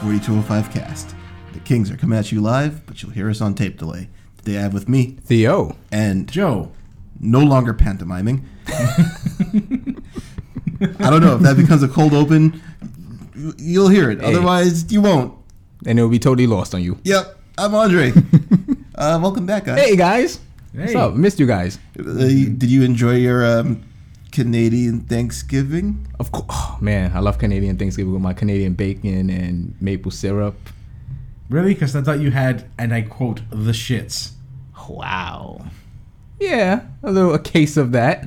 Brewery 205 cast. The Kings are coming at you live, but you'll hear us on tape delay. Today I have with me, Theo. and Joe. no longer pantomiming. I don't know if that becomes a cold open, you- you'll hear it. Otherwise, you won't. And it'll be totally lost on you. Yep, I'm Andre. uh, welcome back, guys. Hey guys. What's Hey. up? Missed you guys. Uh, you- did you enjoy your um, Canadian Thanksgiving? Of course. Oh, man, I love Canadian Thanksgiving with my Canadian bacon and maple syrup. Really? Because I thought you had, and I quote, the shits. Wow. Yeah, a little a case of that.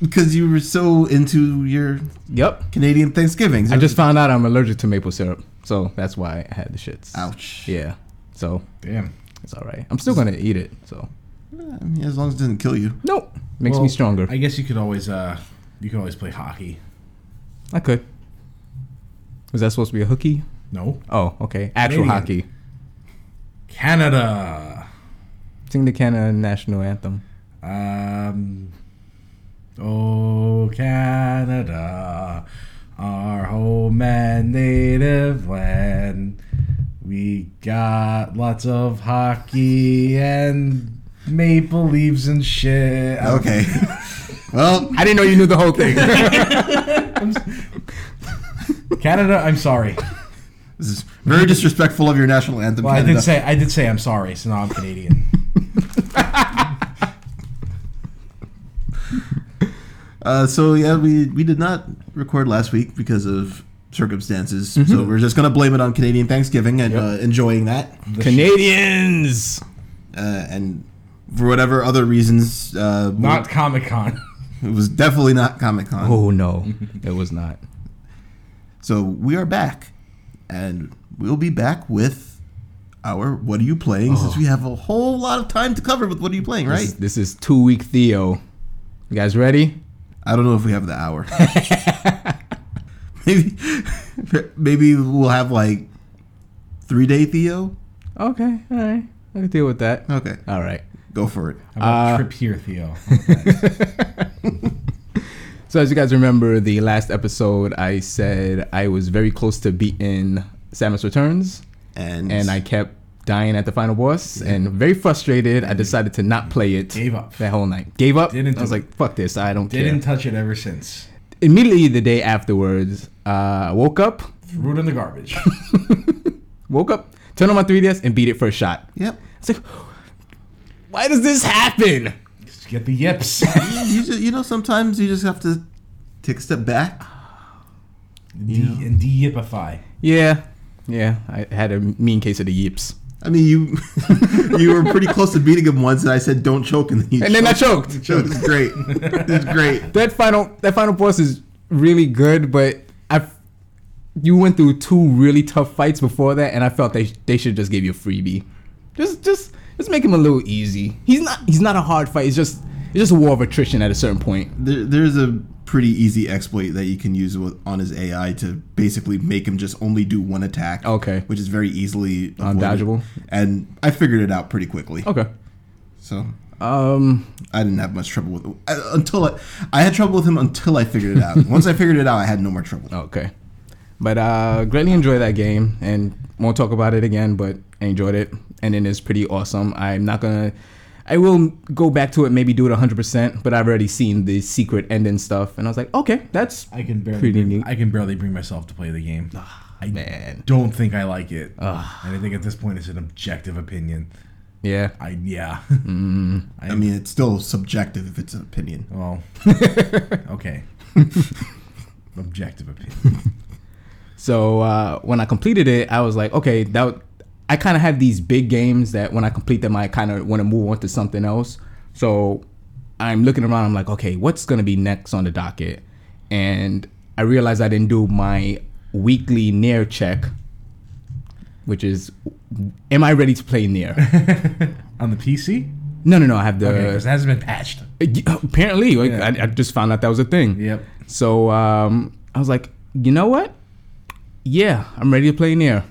Because you were so into your Yep. Canadian Thanksgivings. I just found out I'm allergic to maple syrup, so that's why I had the shits. ouch. Yeah. So Damn. it's all right. I'm still gonna eat it. So I mean, as long as it doesn't kill you. nope, makes me Well, stronger. I guess you could always, uh, you could always play hockey. I could. Was that supposed to be a hooky? No. Oh, okay. Actual Canadian. hockey. Canada. Sing the Canada national anthem. Um. Oh, Canada, our home and native land. We got lots of hockey and maple leaves and shit. I don't- Okay. well, I didn't know you knew the whole thing. Canada, I'm sorry. this is very disrespectful of your national anthem. Well, I Canada. did say I did say I'm sorry, so now I'm Canadian. Uh, so yeah, we we did not record last week because of circumstances. Mm-hmm. So we're just gonna blame it on Canadian Thanksgiving and uh, enjoying that, Canadians. uh, and for whatever other reasons, uh, we- Not Comic Con. it was definitely not Comic Con. Oh no, it was not. So we are back, and we'll be back with our "What are you Oh. playing?" Since we have a whole lot of time to cover with "What are you playing?" Right? This, this is two week Theo. You guys ready? I don't know if we have the hour. maybe, maybe we'll have like three day Theo. Okay, all right. I can deal with that. Okay, All right. go for it. How about Uh, trip here, Theo? So, as you guys remember, the last episode, I said I was very close to beating Samus Returns, And and I kept dying at the final boss, and very frustrated. I decided to not play it Gave up. that whole night. Gave up. Didn't I was do like, "Fuck this! I don't Didn't care." touch it ever since. Immediately the day afterwards, uh, I woke up, Threw it in the garbage. woke up, turned on my 3DS, and beat it first shot. Yep. It's like, why does this happen? Just get the yips. You, just, you know, sometimes you just have to take a step back. De- and de-yipify. Yeah, yeah. I had a mean case of the yips, I mean, you you were pretty close to beating him once, and I said, "Don't choke," and then you and then I choked. choked. It was great. It was great. That final that final boss is really good, but I you went through two really tough fights before that, and I felt they they should just give you a freebie. Just just just make him a little easy. He's not he's not a hard fight. It's just it's just a war of attrition at a certain point. There, there's a pretty easy exploit that you can use with, on his AI to basically make him just only do one attack. Okay. Which is very easily avoided. Undodgeable. And I figured it out pretty quickly. Okay. So Um. I didn't have much trouble with I, until I, I had trouble with him until I figured it out. Once I figured it out, I had no more trouble. Okay. But uh greatly enjoyed that game and won't talk about it again, but I enjoyed it. And it is pretty awesome. I'm not gonna I will go back to it, maybe do it 100%, but I've already seen the secret ending stuff. And I was like, okay, that's. I can barely. Pretty bring- neat. Ah, I can barely bring myself to play the game. I man. Ah. don't think I like it, and I think at this point it's an objective opinion. Yeah. I yeah. Mm. I mean, it's still subjective if it's an opinion. Well, okay. objective opinion. So uh, when I completed it, I was like, okay, that w- I kind of have these big games that when I complete them, I kind of want to move on to something else. So I'm looking around. I'm like, okay, what's gonna be next on the docket? And I realized I didn't do my weekly near check, which is, am I ready to play near? On the PC, no, no, no. I have the because it hasn't been patched. apparently. Like, I, I just found out that was a thing. Yep. So um, I was like, you know what? Yeah, I'm ready to play near,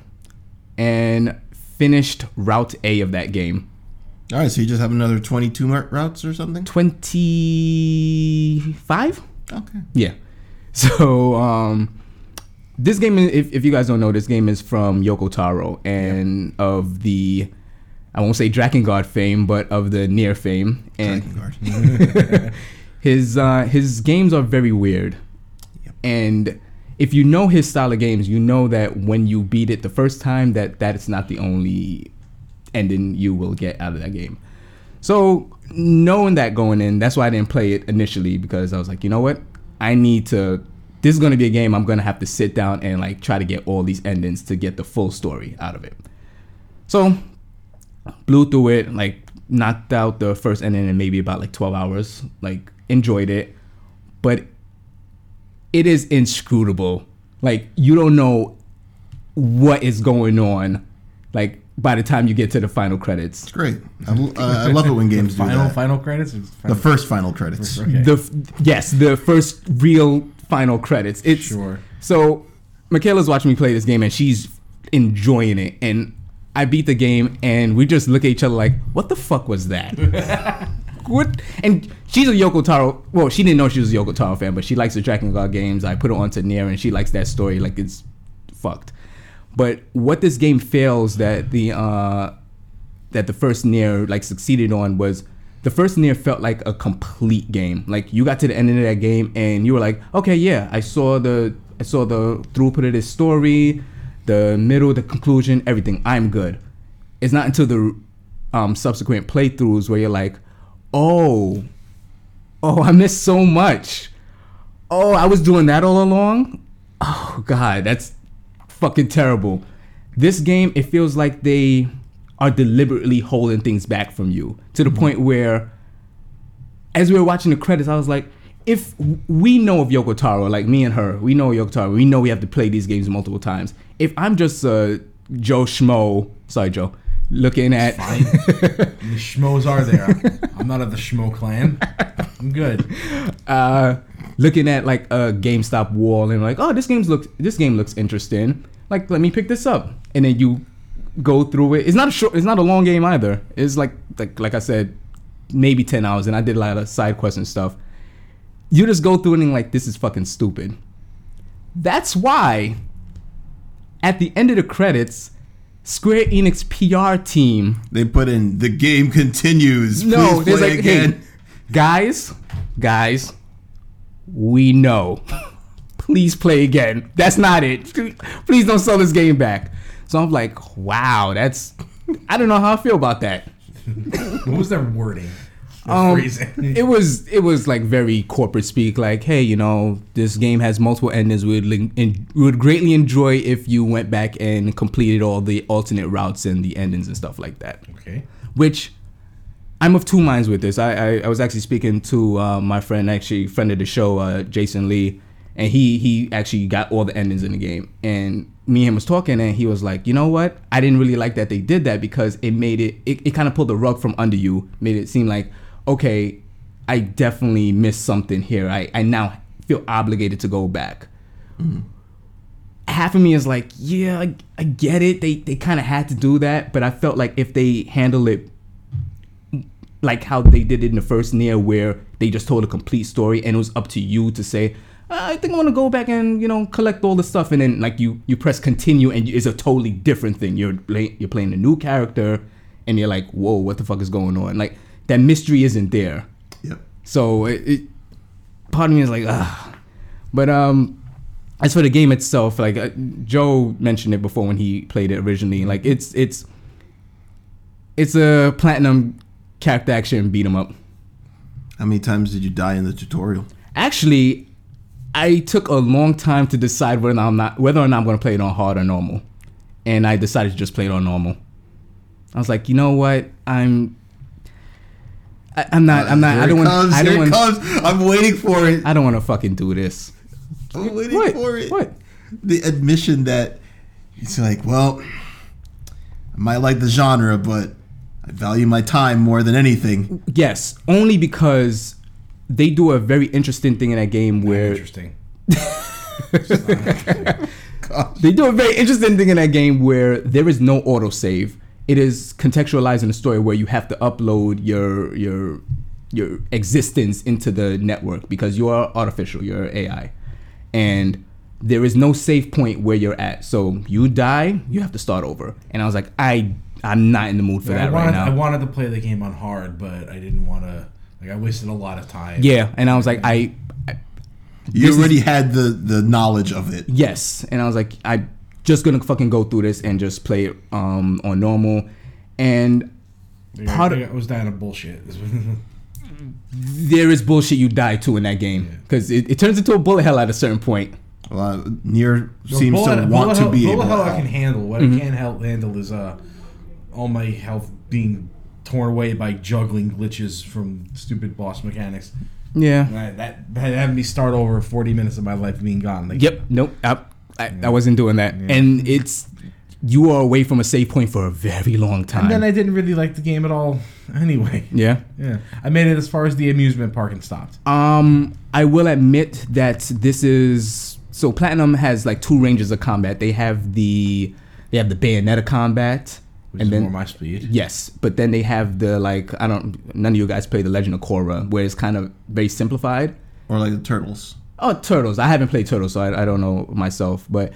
and finished Route A of that game. All right, so you just have another 22 mar- routes or something? Twenty five. Okay. Yeah. So um, this game, is- if, if you guys don't know, this game is from Yoko Taro and of the, I won't say Dragon Guard fame, but of the near fame. And Dragon Guard. his uh, his games are very weird, Yep. and if you know his style of games, you know that when you beat it the first time, that that is not the only ending you will get out of that game. So knowing that going in, that's why I didn't play it initially because I was like, you know what, I need to. This is going to be a game I'm going to have to sit down and like try to get all these endings to get the full story out of it. So blew through it, like knocked out the first ending in maybe about like 12 hours, like enjoyed it, but it is inscrutable. Like you don't know what is going on, like by the time you get to the final credits. It's great. I, l- uh, I love it when games do final that. final credits. Is The final, first final credits. okay. The f- yes, the first real final credits. It's Sure. So Michaela's watching me play this game and she's enjoying it and I beat the game and we just look at each other like, what the fuck was that? what? And she's a Yoko Taro. Well, she didn't know she was a Yoko Taro fan, but she likes the Dragon Guard games. I put her onto Nier and she likes that story. Like it's fucked. But what this game fails that the uh, that the first near like succeeded on was the first near felt like a complete game. Like you got to the end of that game and you were like, okay, yeah, I saw the I saw the throughput of this story, the middle, the conclusion, everything. I'm good. It's not until the um, subsequent playthroughs where you're like, oh, oh, I missed so much. Oh, I was doing that all along. Oh God, that's fucking terrible. This game, it feels like they are deliberately holding things back from you to the point where, as we were watching the credits, I was like, if w- we know of Yoko Taro, like me and her, we know Yoko Taro, we know we have to play these games multiple times. If I'm just uh, Joe Schmo, sorry Joe, looking at Fine. the schmoes are there. I'm not of the schmo clan. I'm good. uh, looking at like a GameStop wall and like, oh, this game's looks this game looks interesting. Like, let me pick this up, and then you go through it. It's not a short. It's not a long game either. It's like like like I said, maybe ten hours, and I did a lot of side quests and stuff. You just go through it and like, this is fucking stupid. That's why at the end of the credits, Square Enix PR team They put in the game continues. no, No, Please there's play like, again. hey, guys, guys, we know. Please play again. That's not it. Please don't sell this game back. So I'm like, wow, that's. I don't know how I feel about that. What was their wording? Their Um, phrasing? it was it was like very corporate speak. Like, hey, you know, this game has multiple endings. We'd lin- en- we would greatly enjoy if you went back and completed all the alternate routes and the endings and stuff like that okay. which I'm of two minds with this. I, I, I was actually speaking to uh, my friend, actually friend of the show, uh, Jason Lee, and he he actually got all the endings in the game. And me and him was talking, and he was like, you know what? I didn't really like that they did that because it made it it, it kind of pulled the rug from under you, made it seem like okay, I definitely missed something here. I I now feel obligated to go back half of me is like, yeah, I, I get it. They they kind of had to do that, but I felt like if they handle it like how they did it in the first near, where they just told a complete story, and it was up to you to say, "Uh, I think I want to go back and you know collect all the stuff, and then like you you press continue, and it's a totally different thing. You're play, you're playing a new character, and you're like, whoa, what the fuck is going on? Like that mystery isn't there. Yep. So it, it part of me is like, ah. But um, as for the game itself, like uh, Joe mentioned it before when he played it originally, like it's it's it's a platinum character action beat 'em up. How many times did you die in the tutorial? Actually, I took a long time to decide whether I'm not whether or not I'm going to play it on hard or normal, and I decided to just play it on normal. I was like, you know what, I'm. I, I'm not. I'm not. Here I don't it want. comes. I here don't it want. comes. I'm waiting for it. I don't want to fucking do this. I'm waiting What? for it. What? The admission that it's like, well, I might like the genre, but I value my time more than anything. Yes, only because they do a very interesting thing in that game where Interesting. they do a very interesting thing in that game where there is no autosave. It is contextualized in the story where you have to upload your your your existence into the network because you are artificial, you're AI. And there is no safe point where you're at. So you die, you have to start over. And I was like, I I'm not in the mood for I that wanted, right now. I wanted to play the game on hard, but I didn't want to. Like I wasted a lot of time. yeah, and I was like, I, I You This is- already had the the knowledge of it. yes, and I was like, I just gonna fucking go through this and just play it um on normal, and Like, Part I, of- think I was dying of bullshit. there is bullshit you die to in that game because it, it turns into a bullet hell at a certain point. Well, Nier seems to want Bullet- bullet to hell- be bullet able. hell I to- can handle. What Mm-hmm. I can't help handle is uh, all my health being torn away by juggling glitches from stupid boss mechanics. Yeah. That that, that had me start over forty minutes of my life being gone. Like, Yep. Nope. I, I, I wasn't doing that, and it's you are away from a safe point for a very long time. And then I didn't really like the game at all. Anyway. yeah. Yeah. I made it as far as the amusement park and stopped. Um, I will admit that this is so Platinum has like two ranges of combat. They have the they have the Bayonetta combat, Which and is then more my speed. yes, but then they have the like I don't none of you guys play the Legend of Korra, where it's kind of very simplified. or like the turtles. Oh, Turtles! I haven't played Turtles, so I, I don't know myself, but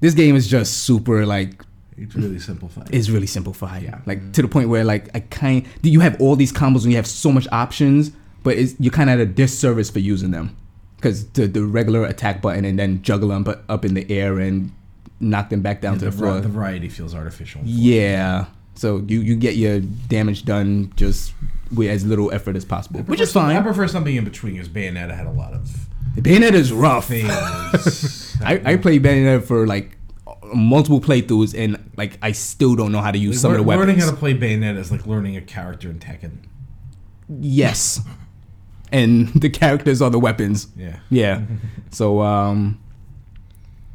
this game is just super like It's really simplified. is really simplified. Like to the point where like I kind you have all these combos and you have so much options, but it's, you're kind of at a disservice for using them because the the regular attack button and then juggle them but up in the air and knock them back down to the, the var- floor. the variety feels artificial. yeah. So you you get your damage done just with as little effort as possible, which is I fine. prefer something in between because Bayonetta had a lot of Bayonetta is rough. things. I, I played Bayonetta for like multiple playthroughs and like I still don't know how to use some of the Lear- weapons. Learning how to play Bayonetta is like learning a character in Tekken. Yes. And the characters are the weapons. Yeah. Yeah. so um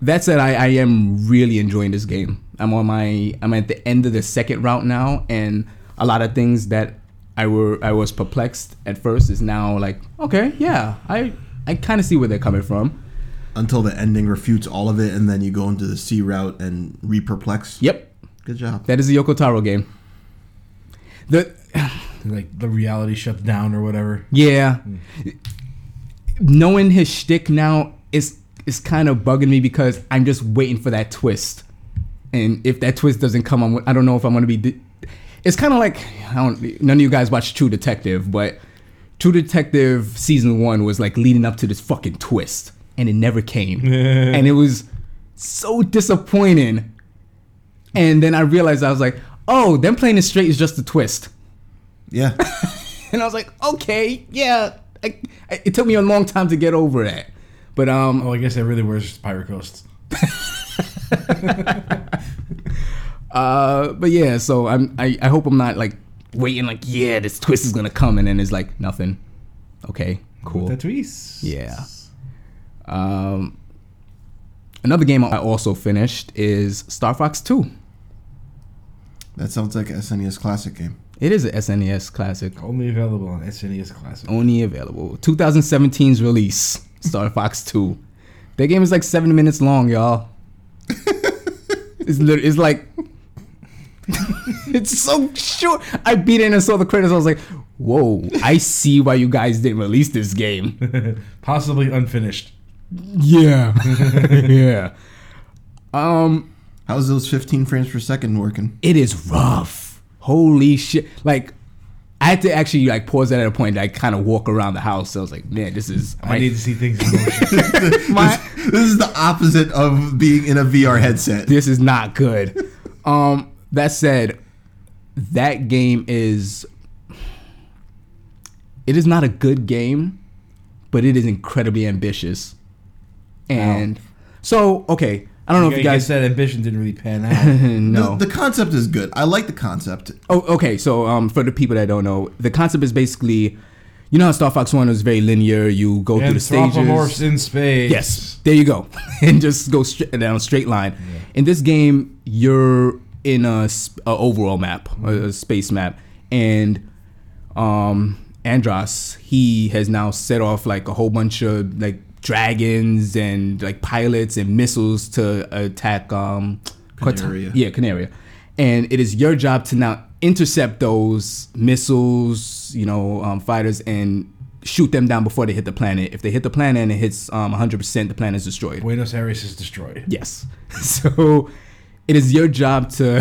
that said I, I am really enjoying this game. I'm on my I'm at the end of the second route now and a lot of things that I were I was perplexed at first is now like, okay, yeah, I I kinda see where they're coming from. Until the ending refutes all of it, and then you go into the C route and reperplex. Yep. Good job. That is a Yoko Taro game. The Like the reality shuts down or whatever. Yeah. Knowing his shtick now is is kind of bugging me because I'm just waiting for that twist, and if that twist doesn't come, I'm, I don't know if I'm gonna be. di- it's kind of like I don't. None of you guys watch True Detective, but True Detective season one was like leading up to this fucking twist, and it never came, and it was so disappointing. And then I realized I was like, oh, them playing it straight is just a twist. Yeah. And I was like, okay, yeah. I, I- it took me a long time to get over that. But um, Oh, I guess that really was just Pirate Coast. uh, but yeah. So I'm, I, I hope I'm not like waiting, like, yeah, this twist is gonna come, and then it's like nothing. Okay, cool. With the tweets. Yeah. Um, another game I also finished is Star Fox Two. that sounds like a SNES classic game. It is an SNES E classic, Only available on SNES Classic. only available 2017's release. Star Fox Two. That game is like seven minutes long, y'all. It's lit- it's like it's so short. I beat it and saw the credits. I was like, "Whoa! I see why you guys didn't release this game." Possibly unfinished. Yeah, yeah. Um, How's those 15 frames per second working? it is rough. Holy shit! Like, I had to actually like pause it at a point. Like, kind of walk around the house. I was like, "Man, this is." I need to see things in motion. my, This is the opposite of being in a VR headset. this is not good. Um, that said, that game is it is not a good game, but it is incredibly ambitious. And so, okay, I don't know if you guys. said ambition didn't really pan out. no. The, the concept is good. I like the concept. Oh, okay. So, um, for the people that don't know, the concept is basically, you know, how Star Fox One is very linear. You go through the stages. Anthropomorphs in space. Yes, there you go, and just go straight down a straight line. In this game, you're in a, s- a overall map, a, a space map, and um, Andros he has now set off like a whole bunch of like dragons and like pilots and missiles to attack um, Quat- Canaria. yeah, Canaria, and it is your job to now intercept those missiles, you know, um, fighters and shoot them down before they hit the planet. If they hit the planet and it hits um, 100%, the planet is destroyed. Buenos Aires is destroyed. Yes. So it is your job to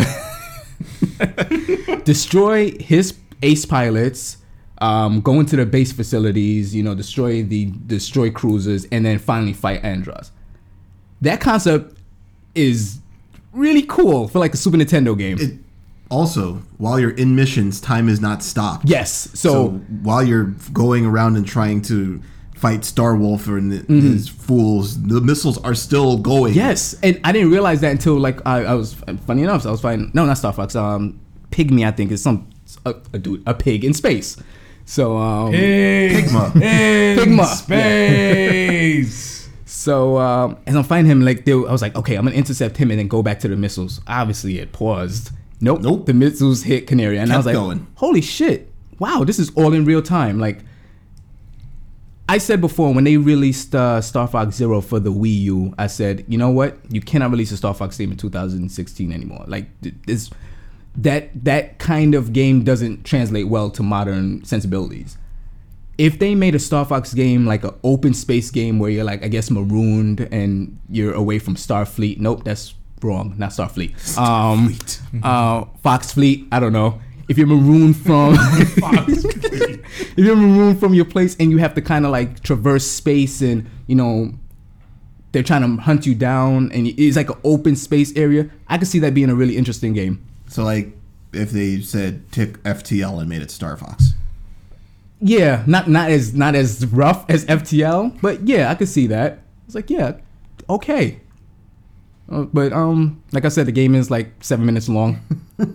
destroy his ace pilots, um, go into the base facilities, you know, destroy the destroy cruisers, and then finally fight Andros. That concept is really cool for like a Super Nintendo game. It, also, while you're in missions, time is not stopped. yes. So so while you're going around and trying to fight Star Wolf and his fools, the missiles are still going. Yes, and I didn't realize that until like I, I was funny enough. I was fighting no, not Star Fox. Um, Pygmy, I think is some a, a dude, a pig in space. So um, Pigs Pigma. in Pigma. space. so um, as I'm fighting him, like they, were- I was like, okay, I'm gonna intercept him and then go back to the missiles. Obviously, it paused. Nope, Nope. The missiles hit Canary, and I Kept was like, going. holy shit! Wow, this is all in real time. Like I said before, when they released uh, Star Fox Zero for the Wii U, I said, you know what? You cannot release a Star Fox game in 2016 anymore. Like th- this, that that kind of game doesn't translate well to modern sensibilities. If they made a Star Fox game like an open space game where you're like, I guess marooned and you're away from Starfleet. Nope, that's wrong. Not Starfleet. Um, uh, Fox Fleet. I don't know. If you're marooned from if you're removed from your place and you have to kind of like traverse space and you know they're trying to hunt you down and it's like an open space area i could see that being a really interesting game So like, if they said tick FTL and made it Star Fox, yeah not not as not as rough as ftl but yeah i could see that it's like yeah okay Uh, but um like i said the game is like seven minutes long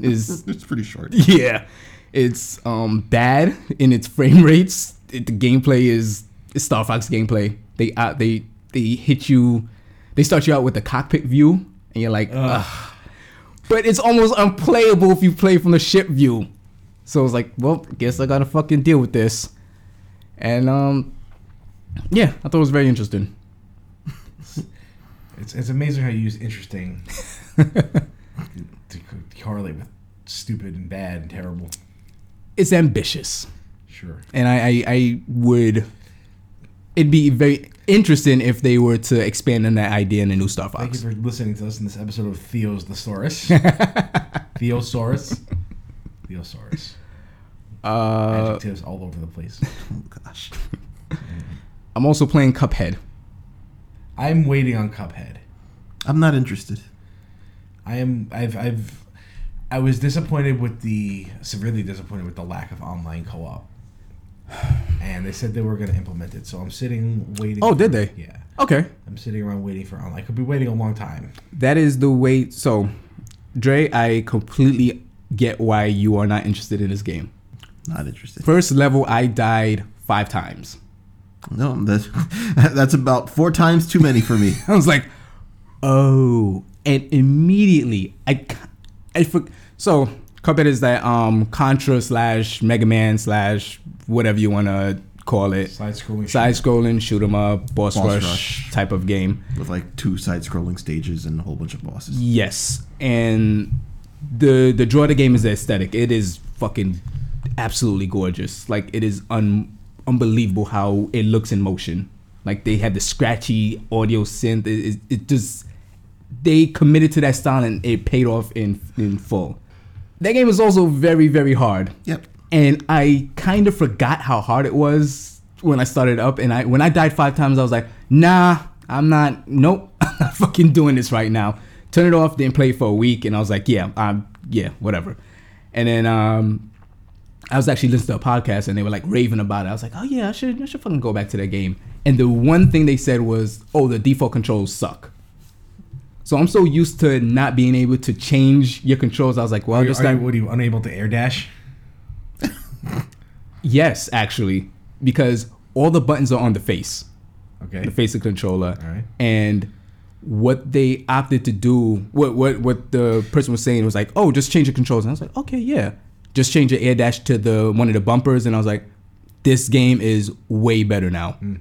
is it's pretty short. Yeah, it's um bad in its frame rates. It, the gameplay is is Star Fox gameplay. They uh, they they hit you. They start you out with the cockpit view, and you're like, Ugh. Ugh. but it's almost unplayable if you play from the ship view. So it's like, well, guess I gotta fucking deal with this. And um, yeah, I thought it was very interesting. It's, it's amazing how you use interesting to co- correlate with stupid and bad and terrible. It's ambitious. Sure. and I, I, I would. It'd be very interesting if they were to expand on that idea in a new Star Thank you Fox. for listening to us in this episode of Theo's Thesaurus. Theosaurus. Theosaurus. Uh, Adjectives all over the place. Oh gosh. I'm also playing Cuphead. I'm waiting on Cuphead. I'm not interested. I am. I've. I've. I was disappointed with the severely disappointed with the lack of online co-op. And they said they were going to implement it, so I'm sitting waiting. Oh, for- did they? Yeah, Okay, I'm sitting around waiting for online. Could be waiting a long time. that is the way. So, Dre, I completely get why you are not interested in this game. Not interested. First level, I died five times. No, that's that's about four times too many for me. I was like, oh, and immediately I, c- I for, so Cuphead is that um Contra slash Mega Man slash whatever you wanna call it, Side scrolling. side scrolling shoot 'em up, boss, Boss rush, rush. type of game. With like two side-scrolling stages and a whole bunch of bosses. Yes, and the the draw of the game is the aesthetic. It is fucking absolutely gorgeous. Like it is un unbelievable how it looks in motion. Like they have the scratchy audio synth. It, it, it just they committed to that style and it paid off in in full. That game is also very very hard. Yep. And I kind of forgot how hard it was when I started up. And I when I died five times, I was like, nah, I'm not. Nope, I'm not fucking doing this right now. Turn it off. Didn't play it for a week, and I was like, yeah, um, yeah, whatever. And then um, I was actually listening to a podcast, and they were like raving about it. I was like, oh yeah, I should, I should fucking go back to that game. And the one thing they said was, oh, the default controls suck. So I'm so used to not being able to change your controls. I was like, well, Are, I'm you- just are not. you, what are you unable to air dash? Yes, actually, because all the buttons are on the face, Okay. the face of controller, All right. and what they opted to do, what what what the person was saying was like, oh, just change the controls, and I was like, okay, yeah, just change the air dash to the one of the bumpers, and I was like, this game is way better now. Hmm.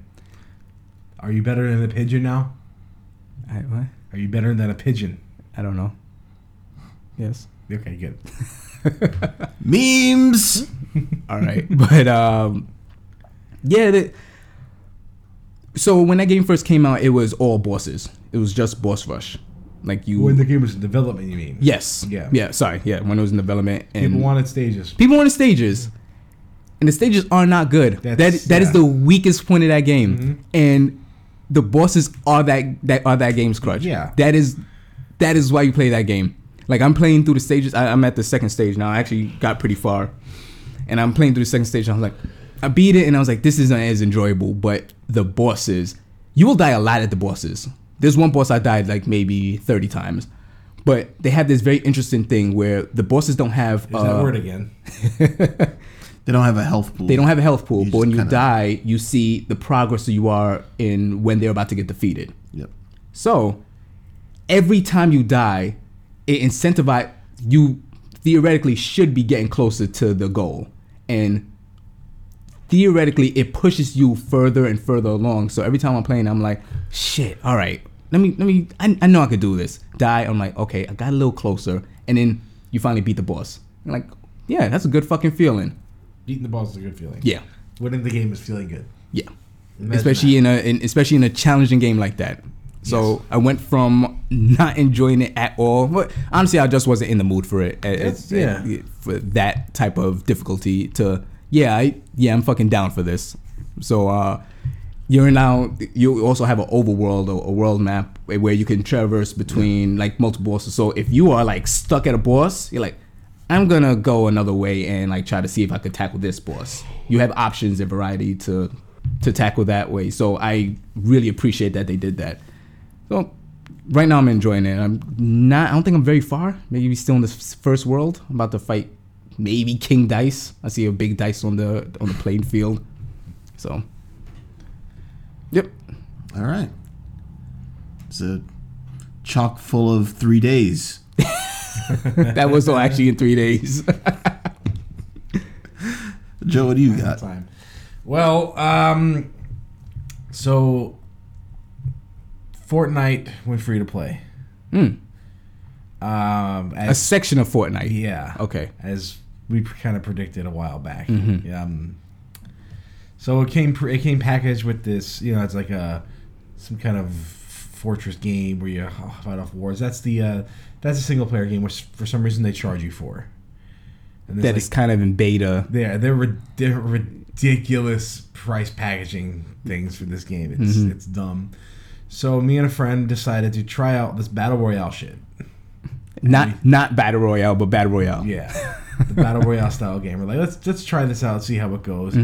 Are you better than a pigeon now? I, what? Are you better than a pigeon? I don't know. Yes. Okay, good. Memes. All right, but um, Yeah. They, so when that game first came out, it was all bosses. It was just boss rush. Like you. When the game was in development, you mean? yes. Yeah. Yeah. Sorry. Yeah. When it was in development and People wanted stages. people wanted stages, and the stages are not good. That that That's- is the yeah. Mm-hmm. weakest point of that game, and the bosses are that that are that game's crutch. Yeah. that is that is why you play that game. Like I'm playing through the stages. I, I'm at the second stage now. I actually got pretty far, and I'm playing through the second stage. And I'm like, I beat it, and I was like, this isn't as enjoyable. But the bosses, you will die a lot at the bosses. There's one boss I died like maybe 30 times, but they have this very interesting thing where the bosses don't have There's uh, that word again. They don't have a health pool. they don't have a health pool, You but when just you kinda- die, you see the progress that you are in when they're about to get defeated. Yep. So every time you die, it incentivizes you theoretically should be getting closer to the goal. And theoretically it pushes you further and further along. So every time I'm playing, I'm like, shit, all right. Let me let me I, I know I could do this. Die, I'm like, okay, I got a little closer. And then you finally beat the boss. And like, yeah, that's a good fucking feeling. Beating the boss is a good feeling. Yeah. Winning the game is feeling good. Yeah. Imagine especially in a in, especially in a challenging game like that. So Yes. I went from not enjoying it at all. But honestly, I just wasn't in the mood for it. eh, It- That's- it- yeah. it- for that type of difficulty. To yeah, I, yeah, I'm fucking down for this. So uh, you're now you also have an overworld or a world map where you can traverse between like multiple bosses. So if you are like stuck at a boss, you're like, I'm gonna go another way and like try to see if I could tackle this boss. You have options and variety to to tackle that way. So I really appreciate that they did that. So right now I'm enjoying it. I'm not. I don't think I'm very far. Maybe still in this first world. I'm about to fight maybe King Dice. I see a big dice on the on the playing field. So. Yep. All right. It's a chock full of three days. That was all actually in three days. Joe, what do you that got? time. Well, um, so Fortnite went free to play. Mm. Um, a as, section of Fortnite. yeah, Okay. as we kind of predicted a while back. Mm-hmm. Um, so it came pre- it came packaged with this. You know, it's like a some kind of fortress game where you h- fight off wars. That's the uh, that's a single player game, which for some reason they charge you for. And there's, That like, is kind of in beta. they're they're, rid- they're ridiculous price packaging things for this game. It's it's dumb. So me and a friend decided to try out this battle royale shit. Not not battle royale, but battle royale. Yeah, the battle royale style game. We're like, let's let's try this out, see how it goes.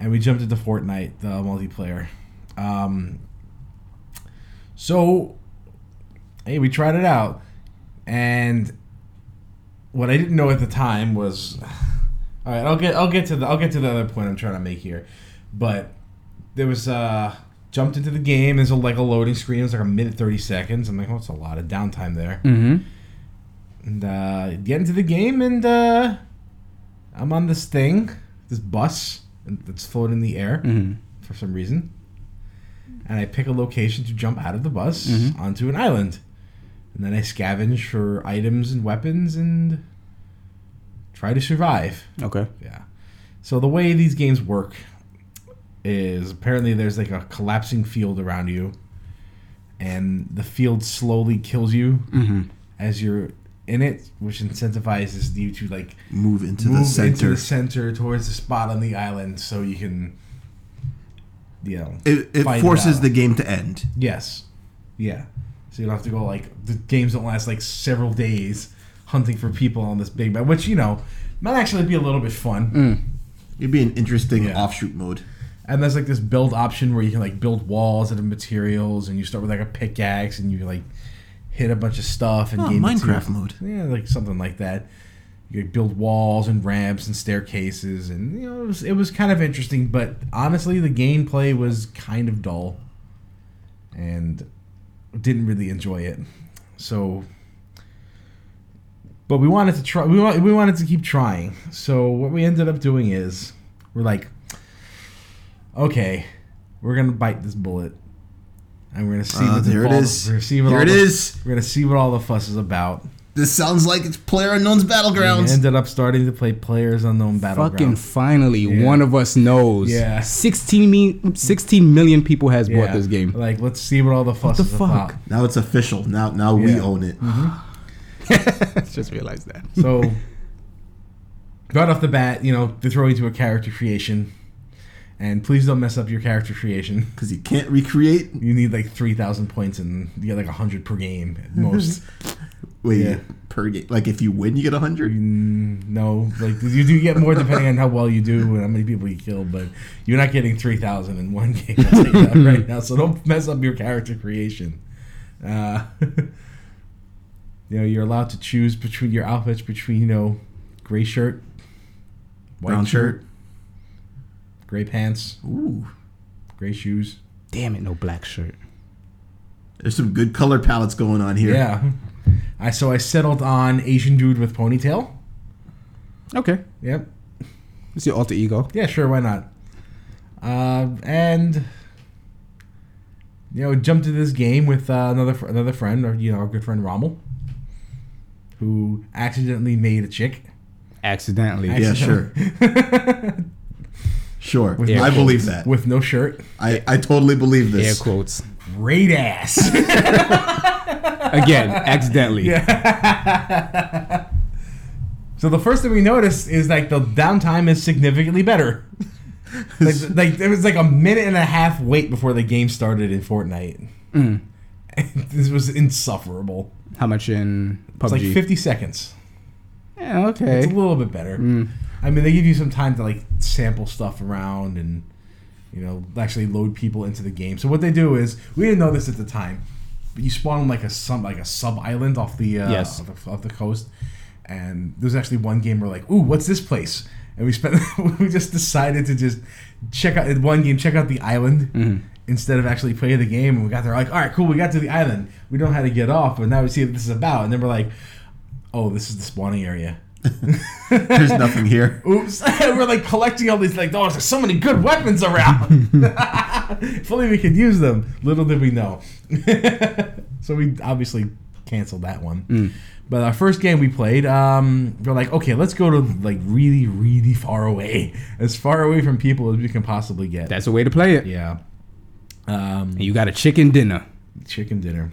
And we jumped into Fortnite, the multiplayer. Um, so, hey, we tried it out, and what I didn't know at the time was, all right, I'll get I'll get to the I'll get to the other point I'm trying to make here, but there was uh jumped into the game. There's a, like a loading screen. It was like a minute thirty seconds. I'm like, oh, it's a lot of downtime there Mm-hmm. and uh, get into the game, and uh, I'm on this thing, this bus and that's floating in the air Mm-hmm. for some reason, and I pick a location to jump out of the bus Mhm. onto an island, and then I scavenge for items and weapons and try to survive. Okay. Yeah. So the way these games work is apparently there's like a collapsing field around you, and the field slowly kills you Mm-hmm. as you're in it, which incentivizes you to like Move into move the center. into the center towards the spot on the island, so you can, you know, it it fight it forces out. the game to end. yes, yeah. So you don't have to go like the games don't last like several days hunting for people on this big map, which you know might actually be a little bit fun. It'd be an interesting Yeah. offshoot mode. And there's like this build option where you can like build walls out of materials, and you start with like a pickaxe, and you like hit a bunch of stuff and Oh, gain materials. Minecraft mode. Yeah, like something like that. You could build walls and ramps and staircases, and you know it was, it was kind of interesting. But honestly, the gameplay was kind of dull, and didn't really enjoy it. So, but we wanted to try. We, wa- we wanted to keep trying. So what we ended up doing is we're like, okay, we're gonna bite this bullet, and we're gonna see Ah, what the there it ball- is. We're gonna see what Here all it the- is. We're gonna see what all the fuss is about. This sounds like it's Player Unknown's And uh, Battlegrounds. ended up starting to play Players Unknown Battlegrounds. Fucking finally, Yeah. one of us knows. Yeah. 16, me- 16 million people has Yeah. bought this game. Like, let's see what all the fuss the is about. fuck? now it's official. Now now we Yeah. Mm-hmm. own it. Just realized that. So, right off the bat, you know, they throw you to a character creation, and please don't mess up your character creation. Because you can't recreate. You need like three thousand points, and you get like hundred per game at most. Wait, Yeah. per game. Like if you win, you get 100? Mm, no, like you do get more depending on how well you do and how many people you kill, but you're not getting three thousand in one game I'll tell you that right now. So don't mess up your character creation. Uh, you know, you're allowed to choose between your outfits between you know, gray shirt, white Brown shirt, shirt. gray pants, Ooh. gray shoes. Damn it, no black shirt. There's some good color palettes going on here. Yeah, I so I settled on Asian dude with ponytail. Okay. Yep. It's your alter ego. Yeah, sure, why not? Uh, and you know, jumped into this game with uh, another fr- another friend, or you know, our good friend Rommel, who accidentally made a chick. Accidentally. Yeah, sure. Sure. no I shirt. believe that. With no shirt, I, I totally believe Air this. quotes. great ass. Again, accidentally. so the first thing we noticed is like the downtime is significantly better. like, like it was like a minute and a half wait before the game started in Fortnite. Mm. this was insufferable. How much in PUBG? It's like 50 seconds. Yeah, okay. Mm. It's a little bit better. I mean, they give you some time to like sample stuff around and you know actually load people into the game. So what they do is we didn't know this at the time, but you spawn on like a sub like a sub island off the uh, Yes. off the, off the coast, and there was actually one game where like, ooh, what's this place? And we spent we just decided to just check out in one game, check out the island. Mm-hmm. Instead of actually playing the game, and we got there like, all right, cool, we got to the island. We don't know how to get off, but now we see what this is about. And then we're like, oh, this is the spawning area. There's nothing here. Oops. We're like collecting all these, like, oh, there's so many good weapons around. if only we could use them. Little did we know. so we obviously canceled that one. But our first game we played, um, we're like, okay, let's go to like really, really far away. As far away from people as we can possibly get. That's a way to play it. yeah. Um, And you got a chicken dinner. chicken dinner.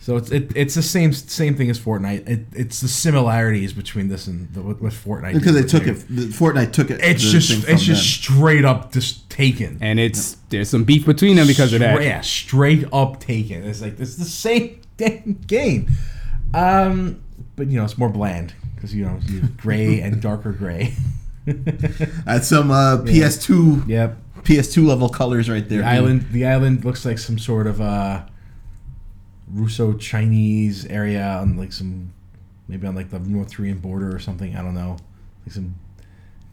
So it's it, it's the same same thing as Fortnite. It, it's the similarities between this and the, what what Fortnite. Because they did with took their- it. the- Fortnite took it. it's the just thing it's from just them. straight up just taken. And it's there's some beef between them because of Straight- that. Yeah, straight up taken. It's like it's the same damn game. Um, but you know it's more bland because you know you gray and darker gray. That's some uh, PS2 Yep. PS2 level colors right there. The island the island looks like some sort of uh Russo Chinese area on like some maybe on like the North Korean border or something, I don't know. Like some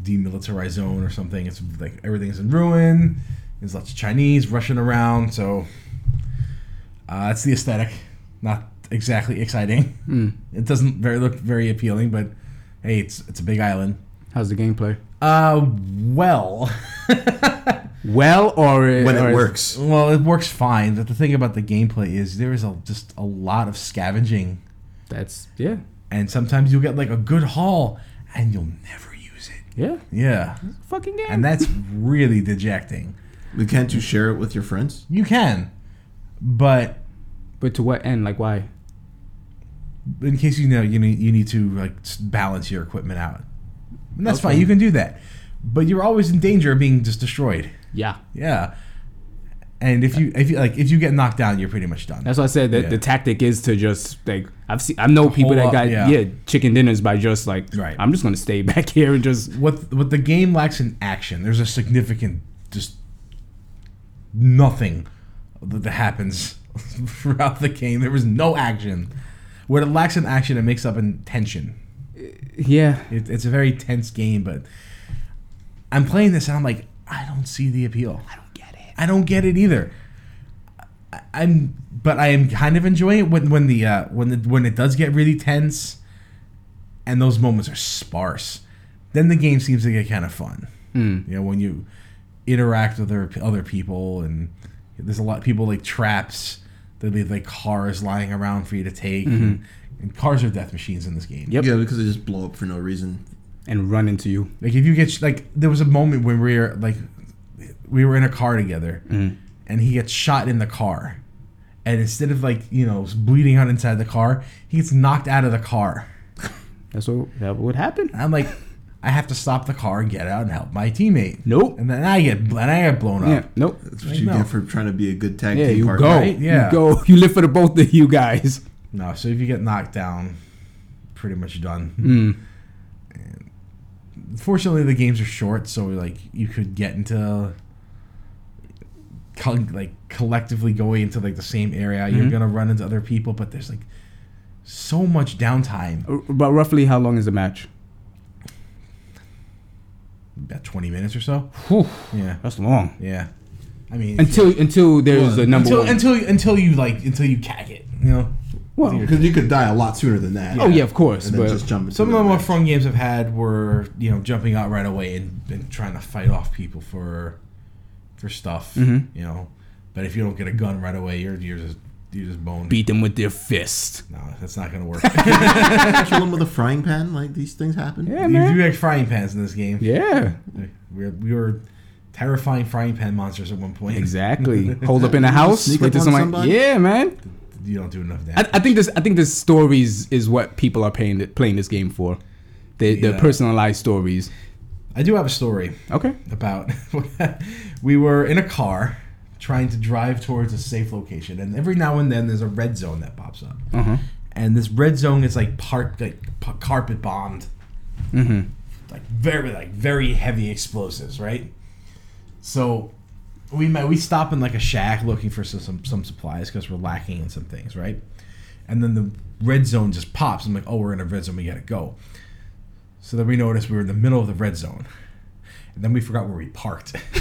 demilitarized zone or something. It's like everything's in ruin. There's lots of Chinese rushing around, so uh, it's the aesthetic. Not exactly exciting. It doesn't very look very appealing, but hey, it's it's a big island. How's the gameplay? Uh well, Well, or when or- it works. Well, it works fine, but the thing about the gameplay is there is a, just a lot of scavenging, That's yeah, and sometimes you'll get like a good haul and you'll never use it. yeah, Yeah, fucking game. and that's really dejecting. But Can't you share it with your friends? You can, but but to what end? Like why? in case you know you need you need to like s- balance your equipment out, and that's Okay. fine. You can do that, but you're always in danger of being just destroyed. Yeah, Yeah, and if you if you like if you get knocked down, you're pretty much done. that's why I said that Yeah. the tactic is to just like I've seen I know people that up, got yeah. yeah. chicken dinners by just like Right. I'm just gonna stay back here and just what what the game lacks in action. There's a significant just nothing that that happens throughout the game. There was no action. What it lacks in action, it makes up in tension. yeah. It, it's a very tense game, but I'm playing this and I'm like, I don't see the appeal. I don't get it. I don't get it either. I- I'm, but I am kind of enjoying it when when the uh, when the, when it does get really tense, and those moments are sparse. Then the game seems to get kind of fun. You know, when you interact with other other people, and there's a lot of people like traps. They leave like cars lying around for you to take. And And cars are death machines in this game. Yep. Yeah, because they just blow up for no reason. and run into you. Like if you get sh- like there was a moment when we were like we were in a car together and he gets shot in the car. And instead of like, you know, bleeding out inside the car, he gets knocked out of the car. That's what that would happen. And I'm like, I have to stop the car and get out and help my teammate. Nope. And uh, then I get and I get blown Yeah. up. Nope. That's what Like, you no. get for trying to be a good tag Yeah, team you partner. go. right? Yeah. You go. You live for the both of you guys. No, so if you get knocked down, pretty much done. Hmm. And fortunately, the games are short, so like you could get into col- like collectively going into like the same area. Mm-hmm. You're gonna run into other people, but there's like so much downtime. R- But roughly, how long is the match? About 20 minutes or so. Whew, Yeah, that's long. yeah. I mean, if you- Until until there's Well, a number until one. until until you like until you cack it, you know. well, Because you could die a lot sooner than that. oh yeah, of course. And then But just jump into Some of the another more match. fun games I've had were, you know, jumping out right away and, and trying to fight off people for for stuff, Mm-hmm. you know. But if you don't get a gun right away, you're you're just you're just boned. beat them with their fist. No, that's not gonna work. Kill him with a frying pan. Like these things happen. Yeah, you man. do like frying pans in this game. Yeah, We were, we were terrifying frying pan monsters at one point. exactly. Hold up in the house. Sneak wait up till on somebody- somebody? Yeah, man. You don't do enough damage. I, I think this. I think this stories is what people are paying playing this game for. The the Yeah. personalized stories. I do have a story. Okay. about we were in a car trying to drive towards a safe location and every now and then there's a red zone that pops up and this red zone is like park like p- carpet bombed like very like very heavy explosives right so we met, we stop in like a shack looking for some some, some supplies because we're lacking in some things right and then the red zone just pops i'm like oh we're in a red zone we gotta go so then we noticed we were in the middle of the red zone and then we forgot where we parked.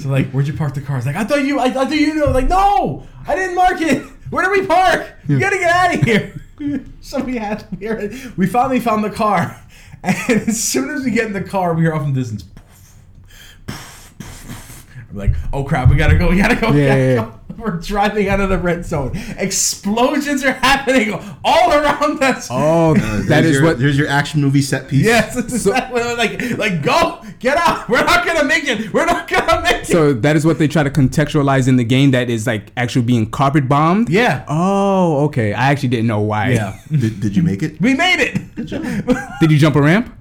so like, where'd you park the car? It's like, I thought you, I, I thought you know. Like, no, I didn't mark it. Where did we park? You gotta get out of here. so we had, we, were- we finally found the car, and as soon as we get in the car, we are off in the distance. I'm like, oh crap, we gotta go, we gotta go, we Yeah, gotta yeah, go. We're driving out of the red zone. Explosions are happening all around us. Uh, Oh, that there's is your, what. There's your action movie set piece. Yes, it's exactly like like go get out. We're not gonna make it. We're not gonna make it. So that is what they try to contextualize in the game. That is like actually being carpet bombed. Yeah, Oh, okay. I actually didn't know why. yeah, Did, did you make it? we made it. Did you jump a ramp?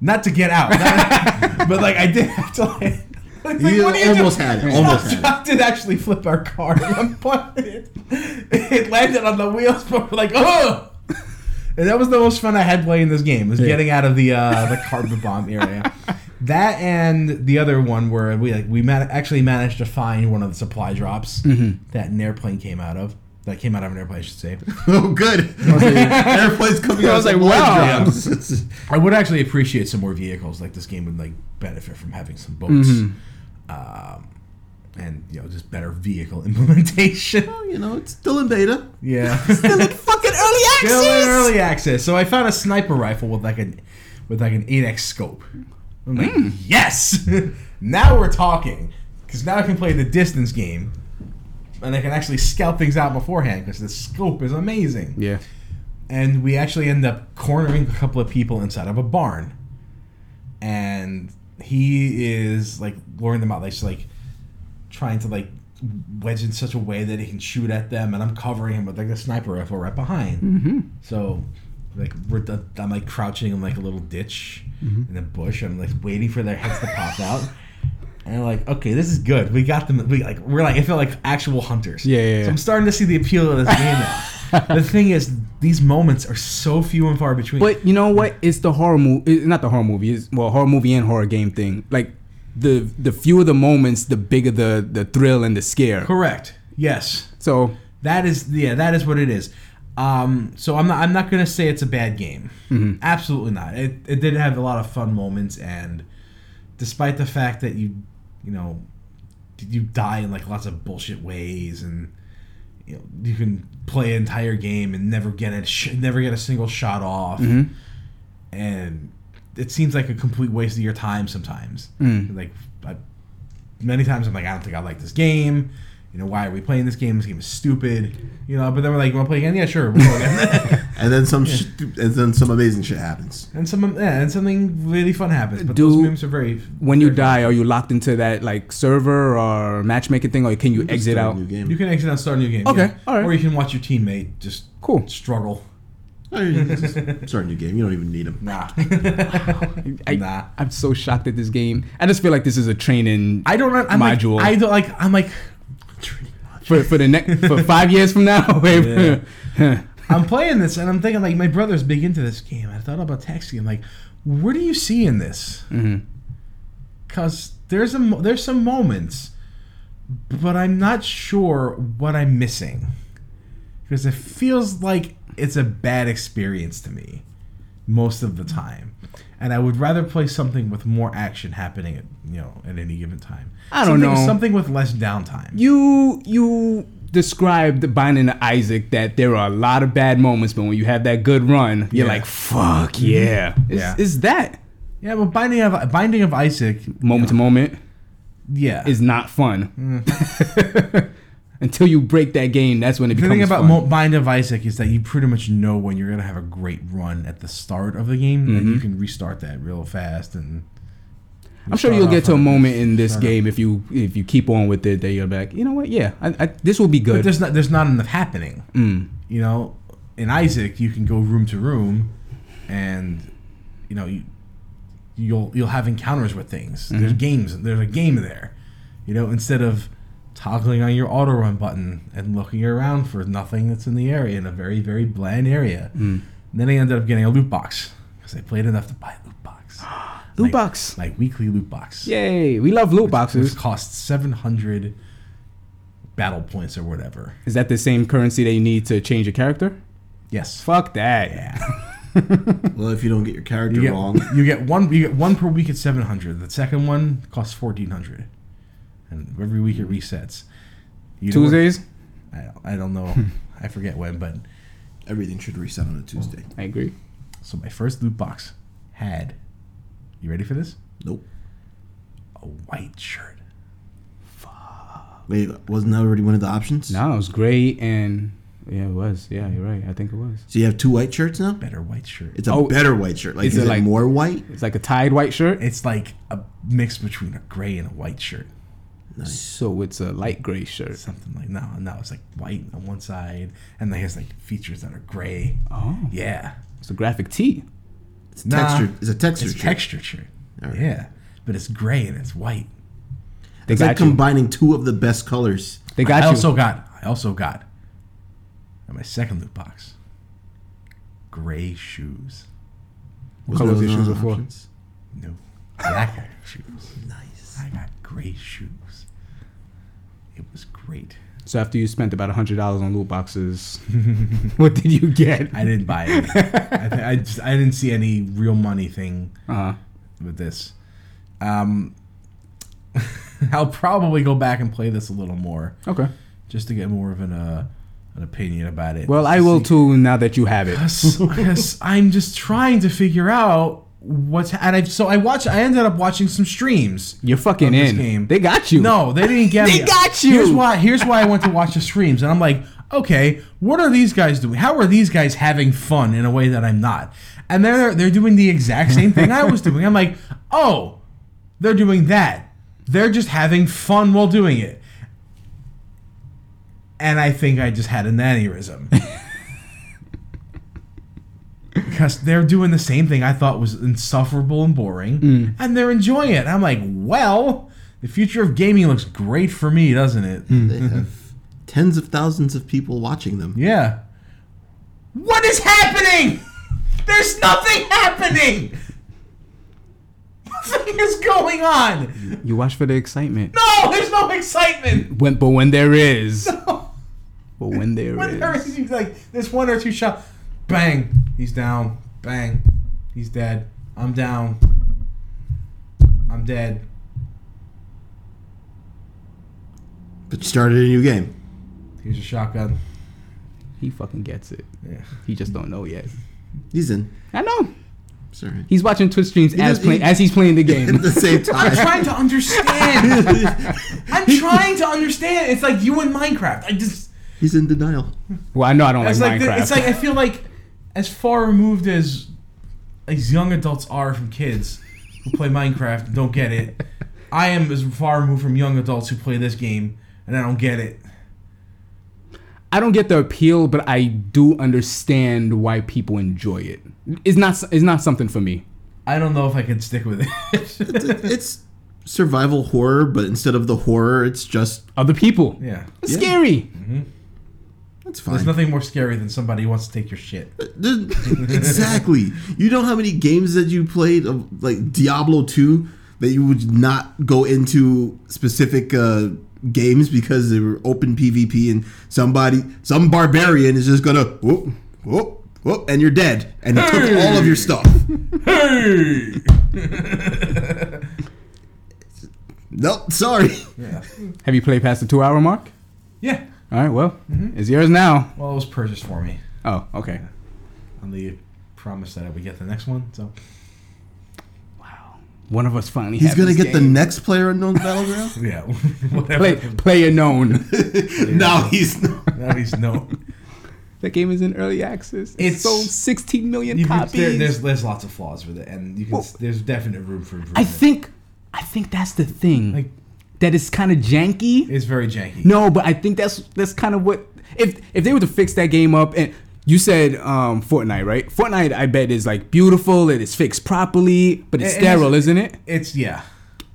not to get out, not- but like I did have to. Like, like, You what do you almost do? had it. Almost had it. I did actually flip our car at one point. It landed on the wheels, but we're like, oh! And that was the most fun I had playing this game, was getting out of the uh, the carpet bomb area. That and the other one where we like we man- actually managed to find one of the supply drops Mm-hmm. that an airplane came out of. That came out of an airplane, I should say. Oh, good. Airplanes coming out. I was of like, blood wow. drops. I would actually appreciate some more vehicles. Like this game would like benefit from having some boats, um, and you know just better vehicle implementation. Well, you know, it's still in beta. Yeah, Still in fucking early still in early access. So I found a sniper rifle with like an with like an 8x scope. I'm like, yes, now we're talking because now I can play the distance game, and I can actually scout things out beforehand because the scope is amazing. Yeah. and we actually end up cornering a couple of people inside of a barn and he is like luring them out like just like trying to like wedge in such a way that he can shoot at them and i'm covering him with like a sniper rifle right behind Mm-hmm. so like we're d- i'm like crouching in like a little ditch Mm-hmm. in a bush i'm like waiting for their heads to pop out and I'm like okay this is good we got them we like we're like i feel like actual hunters Yeah, yeah, yeah. so i'm starting to see the appeal of this game now the thing is, these moments are so few and far between. But you know what? It's the horror movie. Not the horror movie. It's, well, horror movie and horror game thing. Like the the fewer the moments, the bigger the the thrill and the scare. correct. Yes, So that is yeah, that is what it is. Um, so I'm not I'm not gonna say it's a bad game. Absolutely not. It it did have a lot of fun moments, and despite the fact that you you know you die in like lots of bullshit ways, and you know you can play an entire game and never get a sh- never get a single shot off, and it seems like a complete waste of your time sometimes. Like I, many times I'm like, I don't think I like this game. You know, why are we playing this game? This game is stupid. You know, but then we're like, you want to play again? Yeah, sure. We'll go again. And then some, sh- and then some amazing shit happens. and some, yeah, and something really fun happens. But Do- those memes are very. When you very- die, are you locked into that like server or matchmaking thing, or can you exit Start a out? New game. you can exit out, start a new game. Okay, yeah. all right. Or you can watch your teammate just Cool. struggle. Oh, you can just start a new game. You don't even need them. Nah. I, Nah. I'm so shocked at this game. I just feel like this is a training I don't. I'm module Like, I don't like. I'm like. for for the next for five years from now. Yeah. Huh. I'm playing this and I'm thinking like my brother's big into this game. I thought about texting him like, "What do you see in this?" Mhm. Cause there's a mo- there's some moments, but I'm not sure what I'm missing because it feels like it's a bad experience to me most of the time, and I would rather play something with more action happening at you know at any given time. I don't Something- know. something with less downtime. You you described Binding to Isaac that there are a lot of bad moments, but when you have that good run, you're Yeah. Mm-hmm. like, fuck yeah. Is, Yeah. is that yeah, but binding of binding of Isaac, moment to moment yeah, is not fun. Until you break that game, that's when it Mm. The becomes thing about fun. Mo- Bind of Isaac is that you pretty much know when you're gonna have a great run at the start of the game, and Mm-hmm. you can restart that real fast. And I'm sure start you'll get off to a on a- moment in this start off- game if you if you keep on with it that you're back. You know what? Yeah, I, I, this will be but good. there's not there's not enough happening. Mm. You know, in Isaac you can go room to room, and you know you you'll you'll have encounters with things. Mm-hmm. There's games. There's a game there. You know, instead of toggling on your auto run button and looking around for nothing that's in the area in a very very bland area. Mm. And then I ended up getting a loot box because I played enough to buy a loot box. Loot Like- box. my weekly loot box. Yay! We love loot This boxes. costs 700 battle points or whatever. Is that the same currency that you need to change your character? Yes. Fuck that. Well, if you don't get your character You get, wrong, you get one you get one per week at 700. The second one costs 1400. And every week it resets. You know what- Tuesdays. I don't, I don't Hmm. know. I forget when, but everything should reset on a Tuesday. I agree. so my first loot box had You ready for this? Nope. A white shirt. Wait, wasn't that already one of the options? No, it was great and yeah, it was. Yeah, you're right. I think it was. So you have two white shirts now. Better white shirt. It's a Oh, better white shirt. Like is is, it it, like- more white? It's like a tied white shirt. it's like a mix between a gray and a white shirt. So it's a light gray shirt. something like no, no, it's like white on one side, and then it has like features that are gray. Oh, Yeah, it's a graphic tee. It's Nah. textured. It's a textured it's shirt. textured shirt. Yeah, but it's gray and it's white. They it's got like you. combining two of the best colors. they got I you. also got. I also got. And my second loot box. Gray shoes. What colors your shoes are for? No, black shoes. Nice. I got gray shoes. It was great. So after you spent about hundred dollars on loot boxes, what did you get? I didn't buy any. I, th- I just I didn't see any real money thing. Uh, with this. Um, I'll probably go back and play this a little more okay. just to get more of an uh, an opinion about it. Well, I will too now that you have it. Because I'm just trying to figure out what's and I so I watched I ended up watching some streams. You're fucking Of this in. game. They got you. No, they didn't get They me. got you. Here's why. Here's why I went to watch the streams, and I'm like, okay, what are these guys doing? How are these guys having fun in a way that I'm not? And they're they're doing the exact same thing I was doing. I'm like, oh, they're doing that. They're just having fun while doing it. And I think I just had an aneurysm. Because they're doing the same thing I thought was insufferable and boring, and they're enjoying it. I'm like, well, the future of gaming looks great for me, doesn't it? They have tens of thousands of people watching them. Yeah. What is happening? There's nothing happening. Nothing is going on. You watch for the excitement. No, there's no excitement. When, but when there is, but when there When is. there is he's like this one or two shot, bang, he's down. Bang, he's dead. I'm down. I'm dead. But you started a new game. Here's a shotgun. he fucking gets it. Yeah. He just don't know yet. He's in. I know. Sorry. He's watching Twitch streams does- as play, he- as he's playing the At game. the same time. I'm trying to understand. I'm trying to understand. It's like you and Minecraft. I just He's in denial. well, I know I don't like, it's like, the- Minecraft. it's like I feel like as far removed as as young adults are from kids who play Minecraft and don't get it, I am as far removed from young adults who play this game and I don't get it. I don't get the appeal, but I do understand why people enjoy it. It's not it's not something for me. I don't know if I could stick with it. It's survival horror, but instead of the horror, it's just Other people, yeah. it's Yeah. scary. that's There's fine. nothing more scary than somebody who wants to take your shit. There's- exactly. You know how many games that you played of like Diablo 2 that you would not go into specific uh, games because they were open PvP and somebody some barbarian is just gonna whoop whoop whoop and you're dead and he took all of your stuff. Hey! Nope, sorry. Yeah. Have you played past the two hour mark? Yeah. All right, well, Mm-hmm. it's yours now. Well, it was purchased for me Oh, okay. on the promise that I would get the next one. So One of us finally. He's have gonna this get the game. next player unknown battleground. yeah, Play, whatever. player known. now he's not. Now he's no. that game is in early access. It's, It's- sold 16 million You can- copies. there- there's there's lots of flaws with it, and you can Well- there's definite room for improvement. I think, I think that's the thing. Like- that it's kind of janky. it's very janky. No, but I think that's that's kind of what if if they were to fix that game up and you said um Fortnite, right? Fortnite I bet is like beautiful, it is fixed properly, but it's It- it is- sterile, isn't it? it's yeah,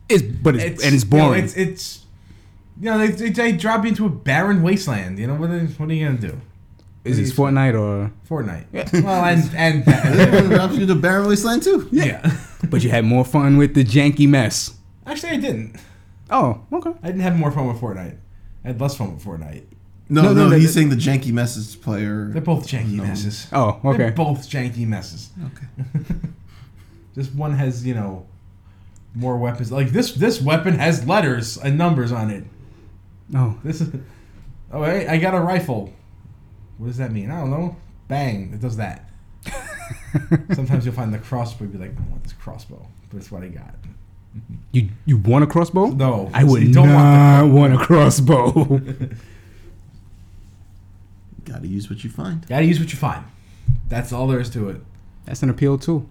It's but it's, and it's you know, boring. it's it's you know they, they, they drop you into a barren wasteland. You know what? Are, what are you gonna do? is it Fortnite or Fortnite. well, and and that. Drops you to Barren Wasteland too. yeah. but you had more fun with the janky mess. Actually, I didn't. Oh, okay. I didn't have more fun with Fortnite. I had less fun with Fortnite. No, No, no, no, he's that- saying the janky message player. They're both janky No. messes. Oh, okay. They're both janky messes. Okay. Just one has, you know, more weapons. Like this this weapon has letters and numbers on it. Oh, This is Oh, hey, I got a rifle. What does that mean? I don't know. Bang, it does that. Sometimes you'll find the crossbow you'll be like, I want this crossbow. But it's what I got. you you want a crossbow? No. I would You don't want the not want, a crossbow. Gotta use what you find. Gotta use what you find. That's all there is to it. that's an appeal too.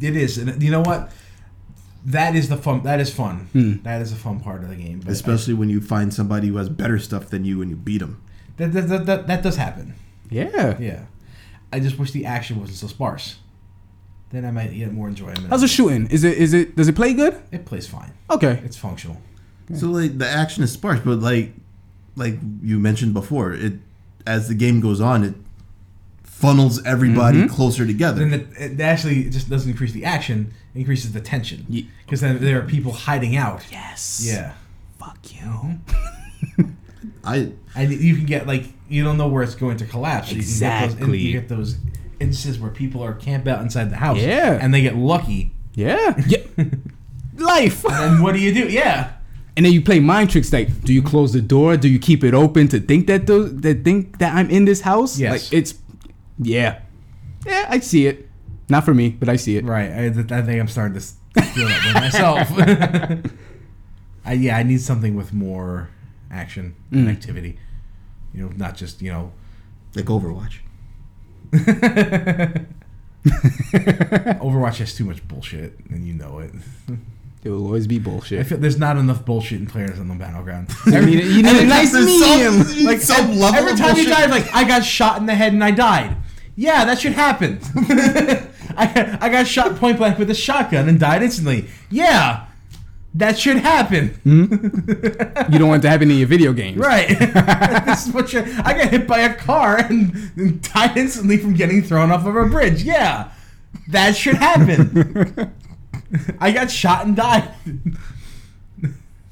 It is, and you know what? That is the fun. That is fun. Hmm. That is a fun part of the game. But Especially when you find somebody who has better stuff than you and you beat them. that, that, that, that, that does happen. Yeah. Yeah, I just wish the action wasn't so sparse. Then I might get more enjoyment. How's the shooting? Is it is it does it play good? it plays fine. Okay. It's functional. So like the action is sparse, but like like you mentioned before, it as the game goes on, it funnels everybody closer together. Then the, it actually just doesn't increase the action; it increases the tension. Ye- Because then there are people hiding out. Yes. Yeah, Fuck Uh-huh. you. I and you can get like you don't know where it's going to collapse. So you can get those- and Exactly. You get those instances where people are camped out inside the house. Yeah. and they get lucky Yeah. yeah. Life. And what do you do? Yeah. And then you play mind tricks like, do you close the door? Do you keep it open to think that those that think that I'm in this house? Yes. Like it's yeah. Yeah, I see it. Not for me, but I see it. Right. I, I think I'm starting to s- feel that with myself. I, yeah, I need something with more action Mm. and activity. You know, not just, you know, like Overwatch. Overwatch has too much bullshit, and you know it. It will always be I bullshit. feel there's not enough bullshit in players on the battleground. I mean, you need a nice There's medium. Some, like some level e-, Every of time you bullshit. die, like I got shot in the head and I died. Yeah, that should happen. I, I got shot point blank with a shotgun and died instantly. Yeah, that should happen. you don't want that to happen in your video games. Right. this is what you, I got hit by a car and, and died instantly from getting thrown off of a bridge. Yeah, that should happen. I got shot and died.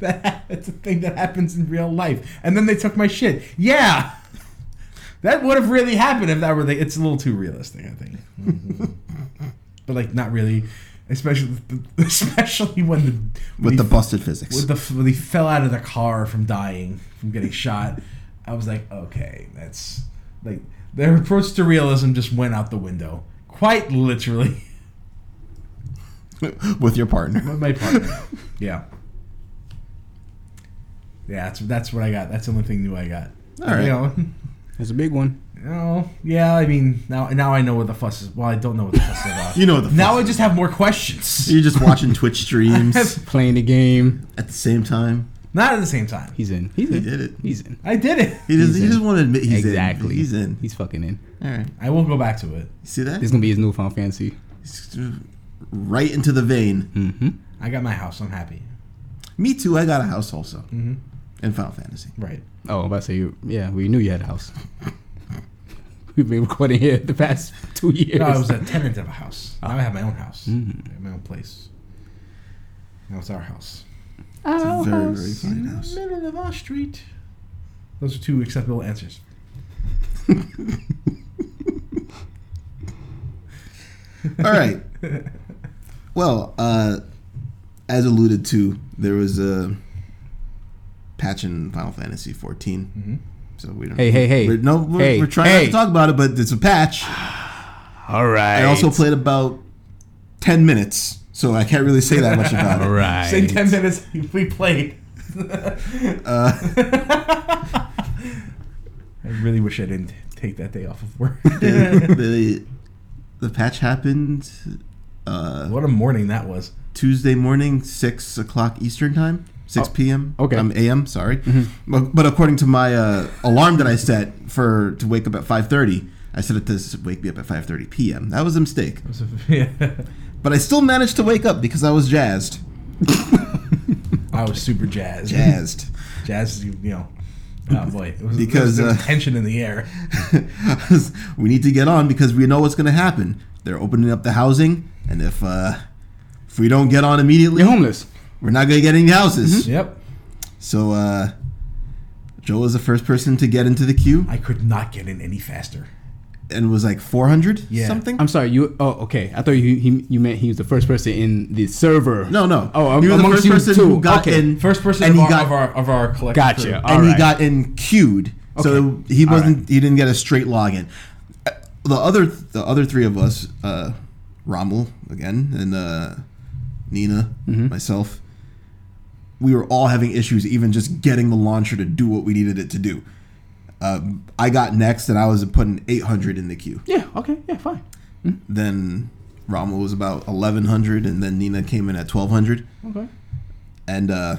That- That's a thing that happens in real life. And then they took my shit. Yeah, that would have really happened if that were the. It's a little too realistic, I think. Mm-hmm. but like, not really. Especially, especially when the when with he the busted physics. with the when he fell out of the car from dying from getting shot, I was like, okay, that's like their approach to realism just went out the window quite literally with your partner. with my partner. yeah. Yeah, that's that's what I got. That's the only thing new I got. All right. You know, That's a big one. you know, yeah. I mean, now now I know what the fuss is. Well, I don't know what the fuss is about. You know the now fuss I just have more questions. You're just watching Twitch streams Playing the game. at the same time. Not at the same time. He's in. He's in. did it. He's in. I did it. He doesn't. He's He in. doesn't want to admit he's exactly. in. He's in. He's fucking in. All right. I will go back to it. See that? This is gonna be his new Final Fantasy. right into the vein. Mm-hmm. I got my house. I'm happy. Me too. I got a house also Mm-hmm. in Final Fantasy. Right. Oh, I'm about to say you. Yeah, we knew you had a house. We've been recording here the past two years. No, I was a tenant of a house. Now I have my own house. Mm-hmm. I have my own place. Now it's our house. It's a very very fine house. Middle of our street. Those are two acceptable answers. All right. Well, uh, as alluded to, there was a patch in Final Fantasy 14. Mm-hmm. So we don't. Hey, hey, hey. We're, no, we're, Hey, we're trying not hey. to talk about it, but it's a patch. All right. I also played about 10 minutes, so I can't really say that much about it. All right. Same ten minutes we played. Uh. I really wish I didn't take that day off of work. the, the patch happened uh, what a morning that was. Tuesday morning, six o'clock Eastern time, six p.m. okay. um, a.m. Sorry, but, but according to my uh, alarm that I set for to wake up at five thirty, I set it to s- wake me up at five thirty p.m. That was a mistake, It was a- yeah. but I still managed to wake up because I was jazzed, I was super jazzed. jazzed. Jazz, you, you know. Oh boy, it was, Because, there was uh, tension in the air. we need to get on because we know what's going to happen. They're opening up the housing, and if uh, if we don't get on immediately, You're homeless. we're not going to get any houses. Yep. So uh, Joe was the first person to get into the queue. I could not get in any faster. and was like 400 Yeah. something. I'm sorry. You. Oh, okay. I thought you. He, you meant he was the first person in the server. no, no. Oh, I'm he was the amongst first you person too. who got okay. in First person and of he our, got of our of our collective Gotcha. crew. All and he right. got in queued. So Okay. he All wasn't. He didn't get a straight login. Uh, The other the other three of us, uh, Rommel again and uh, Nina, Mm-hmm. myself. We were all having issues, even just getting the launcher to do what we needed it to do. Um, I got next, and I was putting 800 in the queue. Yeah. Okay. Yeah. Fine. Then Rommel was about 1100, and then Nina came in at 1200. Okay. And uh,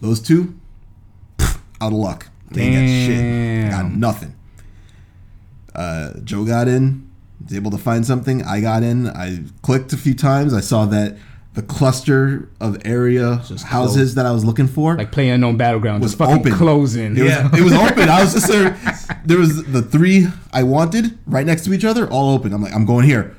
those two, out of luck. They ain't got shit. Got Damn. nothing. Uh, Joe got in, was able to find something. I got in. I clicked a few times. I saw that the cluster of area houses closed. that I was looking for Like play unknown battleground. was Just fucking open. closing. It was, Yeah. it was open. I was just there. There was the three I wanted right next to each other, all open. I'm like, I'm going here.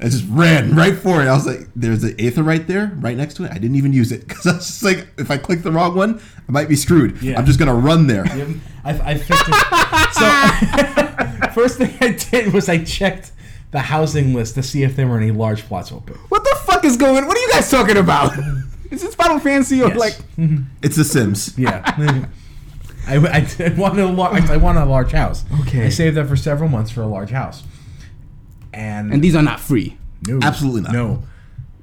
I just ran right for it. I was like, there's an Aether right there, right next to it. I didn't even use it because I was just like, if I click the wrong one, I might be screwed. Yeah. I'm just gonna run there. Yep. I, I fixed it. so first thing I did was I checked the housing list to see if there were any large plots open. What the fuck is going? What are you guys talking about? is this Final Fantasy or Yes. like? It's the Sims. Yeah. I, I, did- wanted a lar- I wanted a large house. Okay. I saved up for several months for a large house. And, And these are not free. no, Absolutely not. No.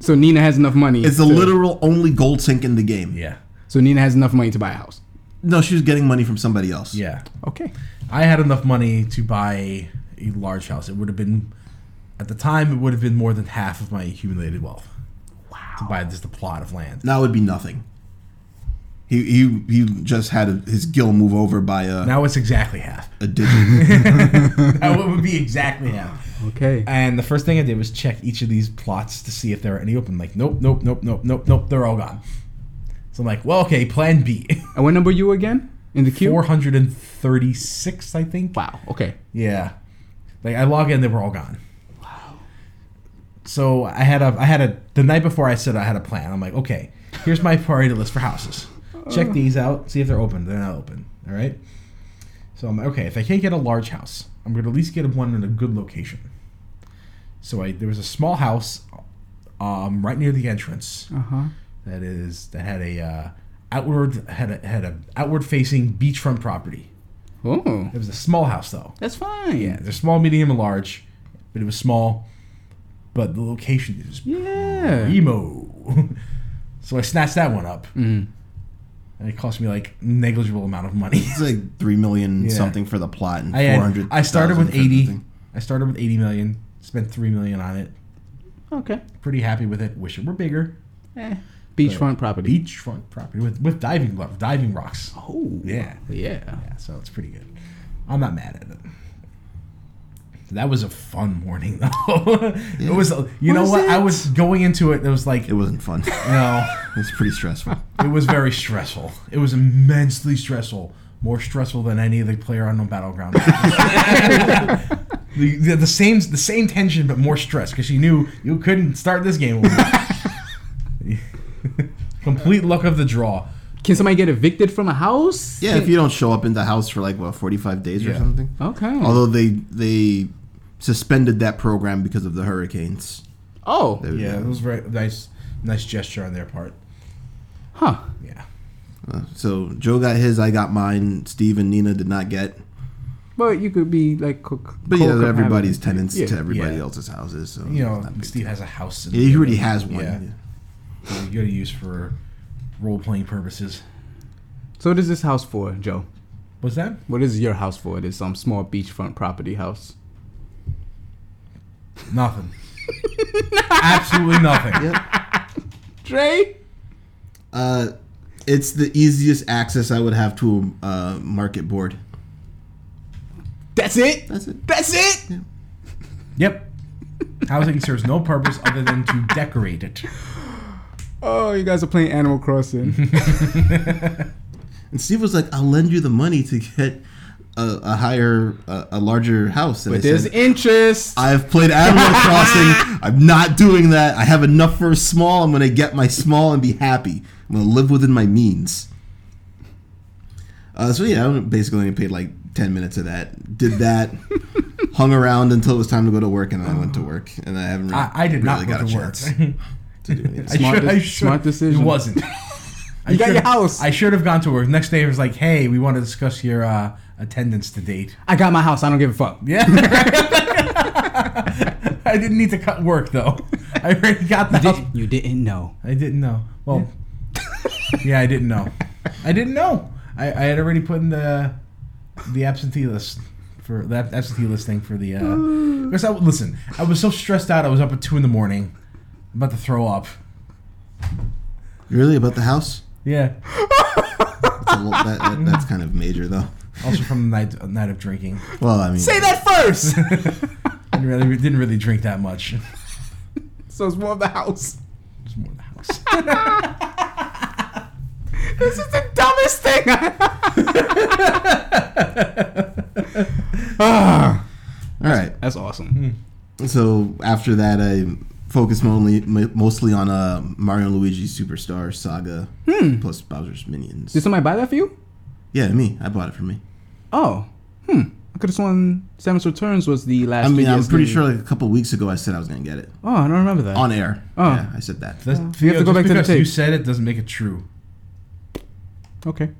So Nina has enough money. It's the to- literal only gold sink in the game. Yeah. So Nina has enough money to buy a house. No, she was getting money from somebody else. Yeah. Okay. I had enough money to buy a large house. It would have been, at the time, it would have been more than half of my accumulated wealth. Wow. To buy just a plot of land. Now it'd be nothing. He he he just had a, his gill move over by a, Now it's exactly half. a digit. Now it would be exactly half. Okay. And the first thing I did was check each of these plots to see if there are any open. Like, nope, nope, nope, nope, nope, nope. They're all gone. So I'm like, well, okay, plan B. And what number are you again in the queue? 436, I think. Wow. Okay. Yeah. Like I log in, they were all gone. Wow. So I had a I had a the night before I said I had a plan. I'm like, okay, here's my priority list for houses. Check these out, see if they're open. They're not open. All right. So I'm like, okay, if I can't get a large house, I'm gonna at least get one in a good location. So I there was a small house, um, right near the entrance Uh huh. that is that had a uh, outward had a had a outward facing beachfront property. Oh, It was a small house though. that's fine. Yeah, they're small, medium, and large, but it was small. but the location is Yeah. emo. so I snatched that one up, Mm-hmm. and it cost me like negligible amount of money. It's like three million Yeah. something for the plot and I four had, hundred. I started with eighty. I started with eighty million. Spent three million on it. Okay. Pretty happy with it. Wish it were bigger. Eh. Beachfront property. Beachfront property with with diving glove, diving rocks. Oh. Yeah. Yeah. Yeah, so it's pretty good. I'm not mad at it. That was a fun morning though. it was. You know Was what? I it? was going into it. It was like It wasn't fun. no. it's pretty stressful. It was very stressful. It was immensely stressful. More stressful than any other player on the battleground. the, the, the same the same tension, but more stress because she knew you couldn't start this game. over. Complete luck of the draw. Can somebody get evicted from a house? Yeah, if you don't show up in the house for like what forty five days or Yeah. something. Okay. Although they they suspended that program because of the hurricanes. oh. They- Yeah, it was very nice nice gesture on their part. Huh. Yeah, uh, So Joe got his, I got mine. Steve and Nina did not get. But you could be like cook. But yeah, they're everybody's tenants Yeah. to everybody Yeah. else's houses. So you know it's not big. Steve has a house. In Yeah, he already has one. Yeah, that you got to use for role playing purposes. So what is this house for, Joe? What's that? What is your house for? This some small beachfront property house. Nothing. Absolutely nothing. Dre. Uh, it's the easiest access I would have to a uh, market board. That's it. That's it. That's it. Yep. Housing serves no purpose other than to decorate it. Oh, you guys are playing Animal Crossing. And Steve was like, "I'll lend you the money to get a, a higher, a, a larger house." And but I there's said, interest. "I've played Animal Crossing. I'm not doing that. I have enough for a small. I'm gonna get my small and be happy. I'm gonna live within my means." Uh, so yeah, I basically only played like ten minutes of that. Did that, hung around until it was time to go to work, and then I went to work. And I haven't. Re- Oh. I, I did not really go to work. to do anything. Smart I should, I de- should- smart decision. It wasn't. I You got should- your house. I should have gone to work. Next day, it was like, "Hey, we want to discuss your uh, attendance to date." I got my house. I don't give a fuck. Yeah. I didn't need to cut work though. I already got the You, house. didn't, you didn't know. I didn't know. Well, yeah, I didn't know. I didn't know. I, I had already put in the the absentee list for the ab- absentee list thing for the. Uh, because I listen, I was so stressed out. I was up at two in the morning, about to throw up. Really about the house? Yeah. That's, a little, that, that, that's kind of major though. Also from the night a night of drinking. Well, I mean, Say that first. I didn't really, didn't really drink that much. so it's more of the house. It's more the house. This is the dumbest thing. Ah, all right. that's Hmm. awesome. So after that, I focused only, m- mostly on uh, Mario and Luigi Superstar Saga plus Bowser's Minions. Did somebody buy that for you? yeah, me. I bought it for me. Oh, hmm. I could have sworn Samus Returns was the last. I mean, I'm 3DS pretty game. sure like a couple weeks ago I said I was gonna get it Oh, I don't remember that. on air. Oh. Yeah, I said that. That's, You have to go just back to the because You tape. said it doesn't make it true. Okay.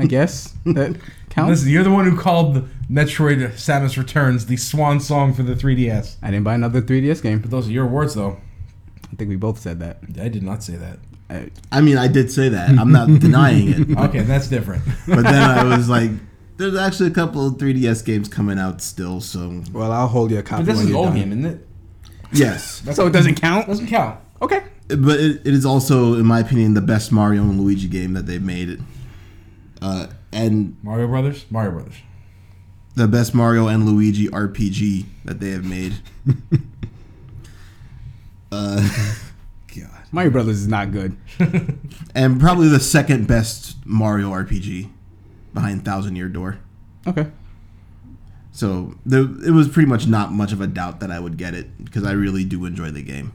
I guess that counts. Listen, you're the one who called Metroid Samus Returns the swan song for the 3DS. I didn't buy another 3DS game. But those are your words, though. I think we both said that. I did not say that. I- I mean, I did say that. I'm not denying it. Okay, that's different. But then I was like, there's actually a couple of 3DS games coming out still. So well, I'll hold you a copy. But this when is you're old done. game, isn't it? yes, so it doesn't count. Doesn't count. Okay. but it, it is also, in my opinion, the best Mario and Luigi game that they've made. Uh, and Mario Brothers. Mario Brothers. the best Mario and Luigi RPG that they have made. uh, God. Mario Brothers is not good. And probably the second best Mario RPG behind Thousand Year Door. Okay. So there, it was pretty much not much of a doubt that I would get it because I really do enjoy the game.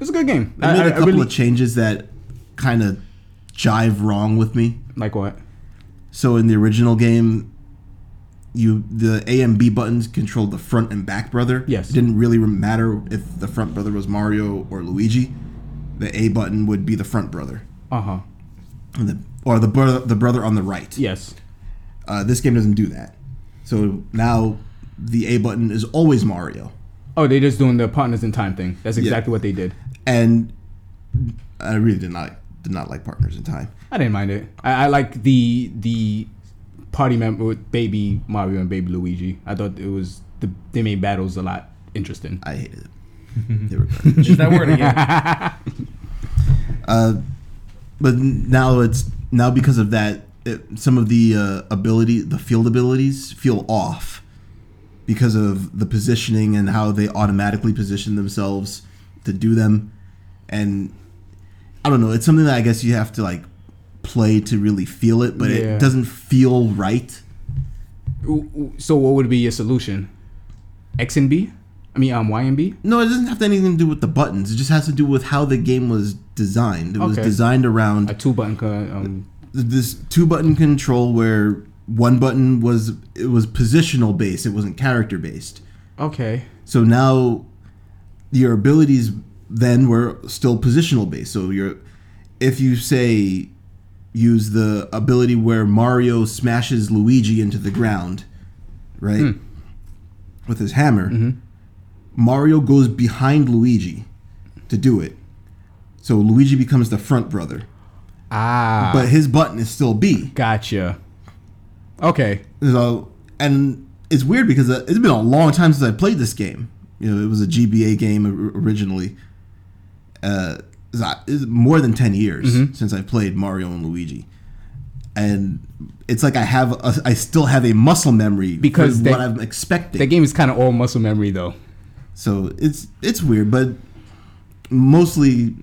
It's a good game. I I- made I- a I couple really- of changes that kind of jive wrong with me. like what? So in the original game, you the A and B buttons controlled the front and back brother. Yes. It didn't really matter if the front brother was Mario or Luigi. The A button would be the front brother, Uh huh. and the, or the brother the brother on the right. Yes. Uh, this game doesn't do that. So now the A button is always Mario. Oh, they're just doing the partners in time thing. That's exactly what they did. and I really did not did not like Partners in Time. I didn't mind it. I, I like the the party member with Baby Mario and Baby Luigi. I thought it was the they made battles a lot interesting. I hated it. They were garbage. Use that word again. Uh, but now it's now because of that, it, some of the uh, ability, the field abilities, feel off because of the positioning and how they automatically position themselves to do them. And I don't know, it's something that I guess you have to like play to really feel it, but Yeah. it doesn't feel right. W- w- So what would be your solution? X and B? I mean, um, Y and B? No, it doesn't have to anything to do with the buttons. It just has to do with how the game was designed. It was Okay. designed around A two button. Um, th- this two button control where one button was it was positional based it wasn't character based okay. so now your abilities then were still positional based so your if you say use the ability where mario smashes luigi into the ground right with his hammer mario goes behind luigi to do it so luigi becomes the front brother Ah, but his button is still b gotcha. Okay. So, and it's weird because uh, it's been a long time since I played this game. You know, it was a GBA game or- originally. Uh, it's not- it's more than ten years Mm-hmm. since I played Mario and Luigi, and it's like I have a, I still have a muscle memory for Because they- what I'm expecting. That game is kind of all muscle memory though. So it's it's weird, but mostly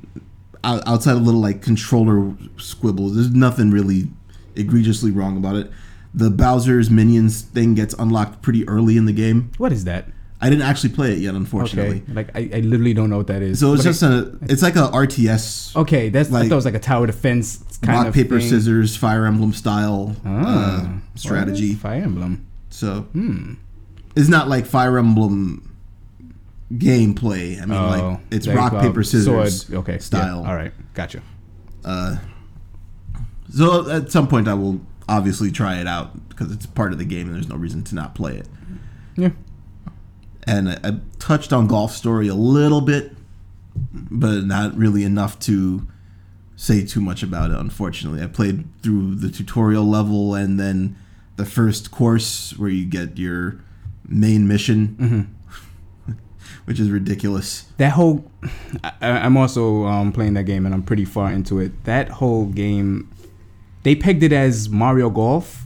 out- outside of little like controller squibbles, there's nothing really egregiously wrong about it. The Bowser's minions thing gets unlocked pretty early in the game. What is that? I didn't actually play it yet, unfortunately. Okay. Like I, I literally don't know what that is. So it's But I- just a it's like a RTS Okay, that's I like- thought it was like a tower defense kind rock of paper thing. scissors Fire Emblem style Ah. Hmm. uh, strategy. Fire Emblem. So it's not like Fire Emblem gameplay. I mean, like Oh, it's there you rock go. paper scissors Sword. Okay, yeah, style. all right, gotcha. So at some point, I will obviously try it out because it's part of the game, and there's no reason to not play it. Yeah, And I, I touched on Golf Story a little bit, but not really enough to say too much about it. Unfortunately, I played through the tutorial level and then the first course where you get your main mission, which is ridiculous. that whole. I, I- I'm also um, playing that game, and I'm pretty far into it. That whole game, they pegged it as Mario Golf.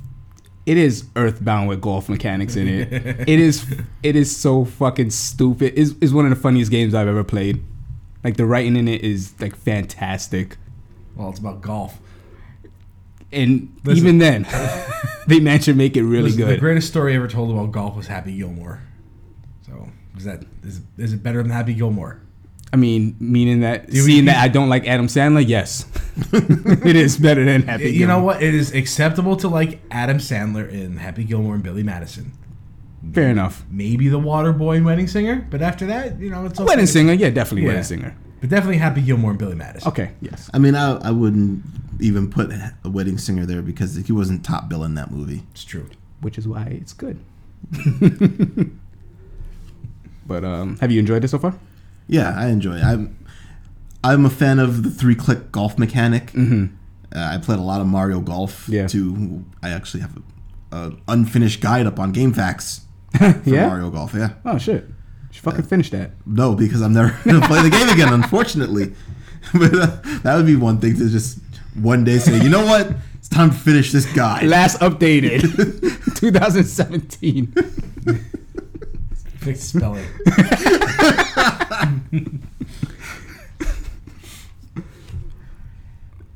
It is Earthbound with golf mechanics in it. it is. It is so fucking stupid. It's, it's one of the funniest games I've ever played. Like the writing in it is like fantastic. Well, it's about golf. and Listen. even then, they managed to make it really Listen, The good. greatest story ever told about golf was Happy Gilmore. So is that is, is it better than Happy Gilmore? I mean, meaning that we- seeing that I don't like Adam Sandler, yes, it is better than Happy. you know Gilmore. what? It is acceptable to like Adam Sandler in Happy Gilmore and Billy Madison. Fair enough. Maybe the Water Boy and Wedding Singer, but after that, you know, it's okay. Wedding singer, yeah, definitely Yeah. wedding singer. But definitely Happy Gilmore and Billy Madison. Okay, yes. I mean, I, I wouldn't even put a wedding singer there because he wasn't top bill in that movie. It's true. Which is why it's good. but um, have you enjoyed it so far? Yeah, I enjoy. It. I'm I'm a fan of the three click golf mechanic. Mm-hmm. Uh, I played a lot of Mario Golf Yeah. too. I actually have a, a unfinished guide up on GameFAQs for Yeah? Mario Golf. Yeah, Oh shit! You should fucking finish that. no, because I'm never gonna play the game again, unfortunately. but uh, that would be one thing to just one day say, you know what, it's time to finish this guide. Last updated, 2017. Fix spelling.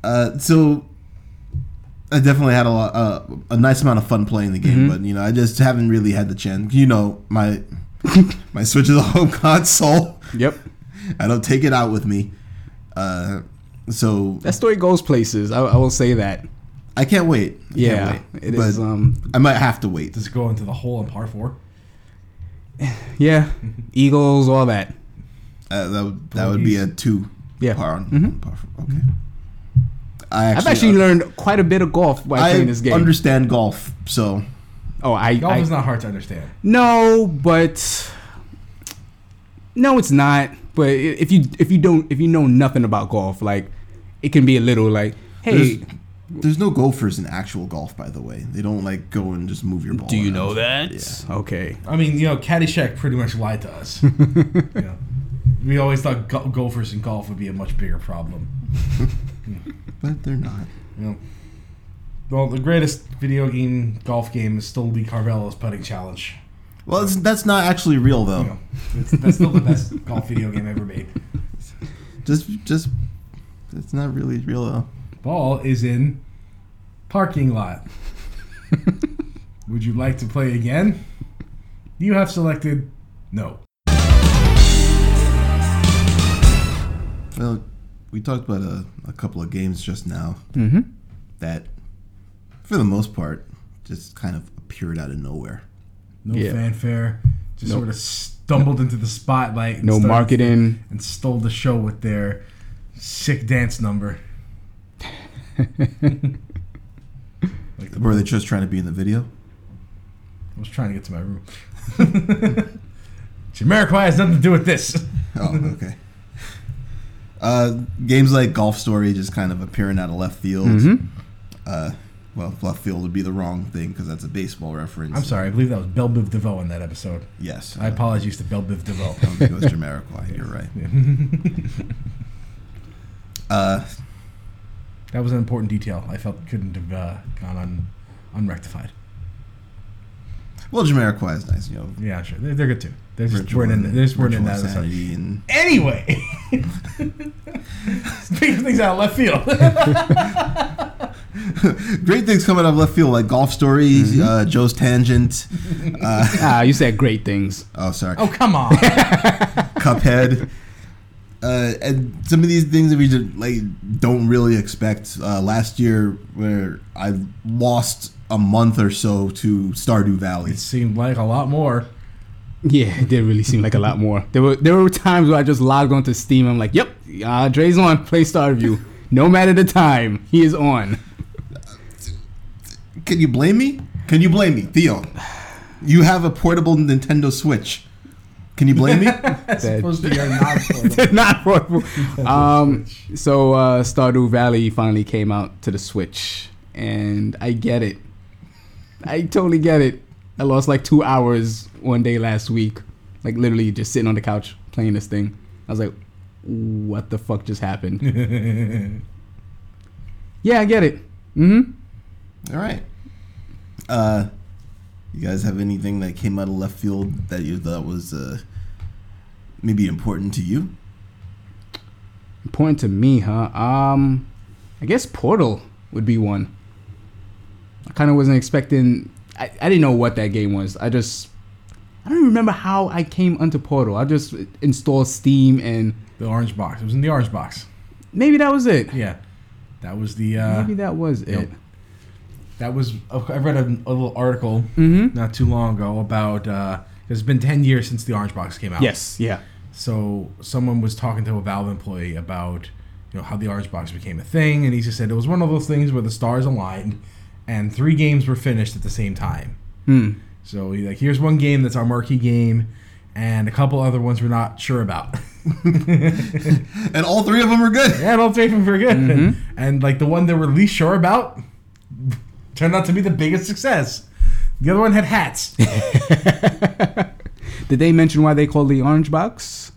Uh, so I definitely had a lot, uh, a nice amount of fun playing the Mm-hmm. game, but you know, I just haven't really had the chance. You know, my my Switch is a home console. Yep, I don't take it out with me, uh, so that story goes places. I, I will say that. I can't wait. I can't Yeah, wait. it is. but Um, I might have to wait. Does it go into the hole in par four? Yeah, Eagles, all that. Uh, that would, that would be a two. Yeah. Mm-hmm. Par on, par for- okay. I actually, I've actually learned quite a bit of golf by I playing this game. understand golf, so oh, I, Golf I is not hard to understand. no, but No, it's not. But i- if you if you don't if you know nothing about golf, like it can be a little like, hey, There's, there's no gophers in actual golf, by the way. They don't like go and just move your ball. do you around. know that? Okay. I mean, you know, Caddyshack pretty much lied to us. you know, we always thought go- golfers and golf would be a much bigger problem. But they're not. You know, well, the greatest video game golf game is still Lee Carvello's putting challenge. Well, it's, that's not actually real though. You know, it's, that's still the best golf video game ever made. Just, just, it's not really real though. Ball is in parking lot. would you like to play again? You have selected no. Well, we talked about a, a couple of games just now Mm-hmm. that, for the most part, just kind of appeared out of nowhere. No Yeah. fanfare. Just No. sort of stumbled into the spotlight. and No started- marketing. and stole the show with their sick dance number. like the, Were they just trying to be in the video? I was trying to get to my room. Jamiroquai has nothing to do with this. Oh, okay. uh, games like Golf Story just kind of appearing out of left field. Mhm. Uh, well, left field would be the wrong thing because that's a baseball reference. I'm sorry, I believe that was Bell Biv DeVoe in that episode. Yes, I I apologize to Bell Biv DeVoe. it was Jamiroquai. You're right. Uh, that was an important detail I felt couldn't have uh, gone un, unrectified. well, Jamiroquai is nice, you know. Yeah, sure. They're, they're good too. They're just virtual weren't in, they just weren't in virtual that other side. insanity and Anyway, speaking of things out of left field. great things coming out of left field like golf stories, Mm-hmm. uh, Joe's tangent. Uh, Ah, you said great things. oh, sorry, oh, come on. Cuphead. Uh, and some of these things that we just, like don't really expect. Uh, last year, where I lost a month or so to Stardew Valley. It seemed like a lot more. Yeah, it did really seem like a lot more. There were there were times where I just logged onto Steam. I'm like, yep, uh, Dre's on. Play Starview. No matter the time, he is on. Can you blame me? Can you blame me, Theo? You have a portable Nintendo Switch. Can you blame me? That's That- supposed to be our non Not horrible. Um, so uh, Stardew Valley finally came out to the Switch, and I get it. I totally get it. I lost like two hours one day last week, like literally just sitting on the couch playing this thing. I was like, "What the fuck just happened?" yeah, I get it. Mm-hmm. All right. Uh, you guys have anything that came out of left field that you thought was uh, maybe important to you? Important to me, huh? Um, I guess Portal would be one. I kind of wasn't expecting. I, I didn't know what that game was. I just I don't even remember how I came onto Portal. I just installed Steam and the orange box. It was in the orange box. maybe that was it. Yeah, that was the. Uh, maybe that was Yep. it. that was. I read a, a little article Mm-hmm. not too long ago about. Uh, it's been ten years since the orange box came out. Yes. Yeah. So someone was talking to a Valve employee about you know how the orange box became a thing, and he just said it was one of those things where the stars aligned, and three games were finished at the same time. Hmm. So he like, here's one game that's our marquee game, and a couple other ones we're not sure about. And all three of them are good. yeah, all three of them were good, Mhm. and like the one they were least sure about turned out to be the biggest success. The other one had hats. Did they mention why they called the orange box?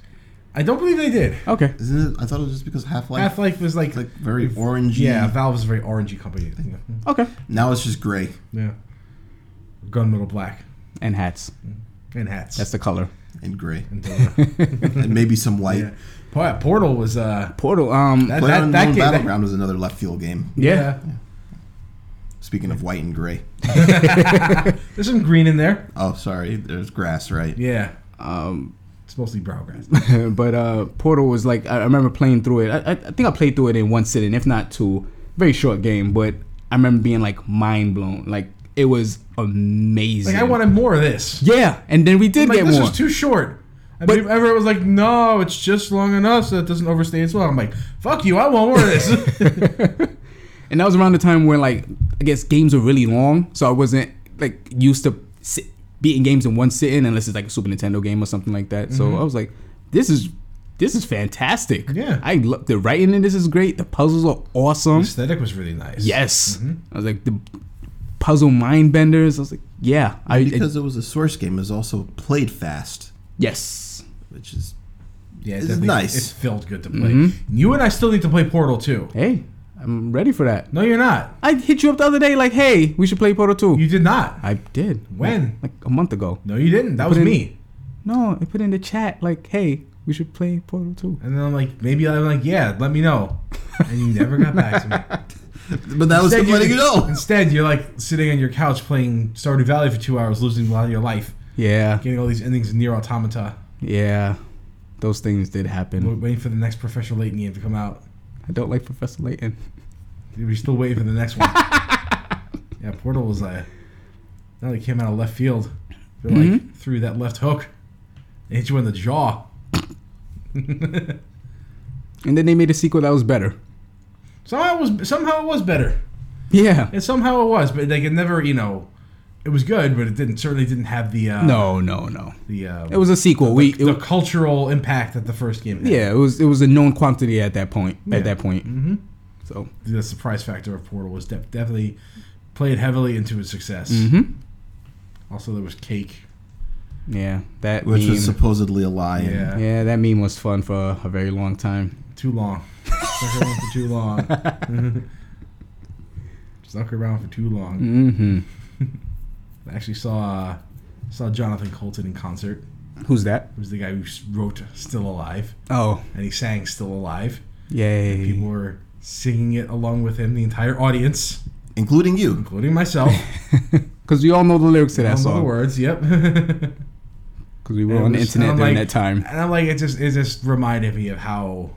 I don't believe they did. Okay. Isn't it? I thought it was just because Half Life. Half Life was like, It's like very orangey. yeah, Valve is a very orangey company. you know. Okay. Now it's just gray. Yeah, gunmetal black And hats. and hats. That's the color. And gray. And, uh, and maybe some white. yeah. Boy, Portal was uh Portal. Um. that Play that, on that game. that- Battleground was another left field game. yeah. Speaking of white and gray. yeah. There's some green in there. Oh, sorry. There's grass, right? Yeah, Um. it's mostly brown grass. but uh, Portal was like I I remember playing through it. I, I- I think I played through it in one sitting, if not two. Very short game, but I remember being like mind blown. Like it was amazing. Like I wanted more of this. Yeah, and then we did like get this more. was too short. And But- but everyone was like, "No, it's just long enough so it doesn't overstay its well." I'm like, "Fuck you! I want more of this." and that was around the time where like I guess games were really long, so I wasn't like used to sit, beating games in one sitting unless it's like a Super Nintendo game or something like that. So I was like, this is this is fantastic. Mm-hmm. Yeah. I love the writing in this is great. The puzzles are awesome. Aesthetic was really nice. Yes, I was like the puzzle mind benders. I was like, yeah, I, I- because it was a source game. It was also played fast, yes. which is Yeah, it It's definitely- nice. Mm-hmm. It felt good to play. You and I still need to play Portal 2. Hey, I'm ready for that. No, you're not. I hit you up the other day, like, hey, we should play Portal Two. You did not. I did When? like a month ago. No, you didn't. That Put was in- me. No, I put in the chat like, hey, we should play Portal Two. And then I'm like, maybe I'm like, yeah, let me know. And you never got back to me. But that was him letting you know. Instead, you're like sitting on your couch playing Stardew Valley for two hours, losing a lot of your life, Yeah, getting all these endings in near automata, yeah, those things did happen. wa- waiting for the next professional Layton game to come out. I don't like Professor Layton. We're still waiting for the next one. yeah, Portal was uh, now they came out of left field. They Mm-hmm. like threw that left hook, They hit you in the jaw. And then they made a sequel that was better. Somehow it was somehow it was better. Yeah. It somehow it was, but like it never, you know, it was good, but it didn't certainly didn't have the uh, No, no, no. the uh, It was a sequel. we it, the cultural impact that the first game had. yeah, it was it was a known quantity at that point. Yeah. At that point, hmm so The surprise factor of Portal was def- definitely played heavily into its success. Mhm. Also, there was Cake. yeah, that Which meme. was supposedly a lie. and Yeah. yeah, that meme was fun for a very long time. Too long. Stuck around for too long. Stuck around for too long. hmm I actually saw uh, saw Jonathan Colton in concert. Who's that? Who's the guy who s- wrote "Still Alive" Oh, and he sang "Still Alive." People yay! were singing it along with him, the entire audience, Including you. including myself. Because we all know the lyrics to I that don't know the song. words. Yep. and Because we were And on the it was- internet I'm during like- that time. I'm like, it just it just reminded me of how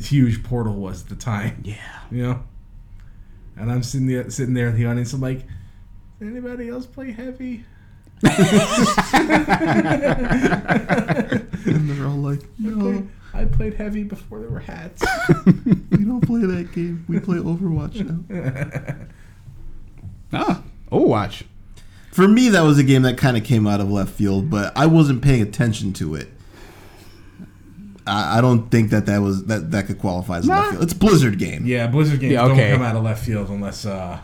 huge Portal was at the time. Yeah. you know. And I'm sitting there, sitting there in the audience. I'm like, "Does anybody else play heavy? And they're all like, Mm-hmm. no, I played heavy before there were hats. we don't play that game. We play Overwatch now. Ah, Overwatch. For me, that was a game that kind of came out of left field, but I wasn't paying attention to it. I, I don't think that that was that that could qualify as a left Nah. field. It's a Blizzard game. yeah, Blizzard games Yeah, okay. don't come out of left field unless. uh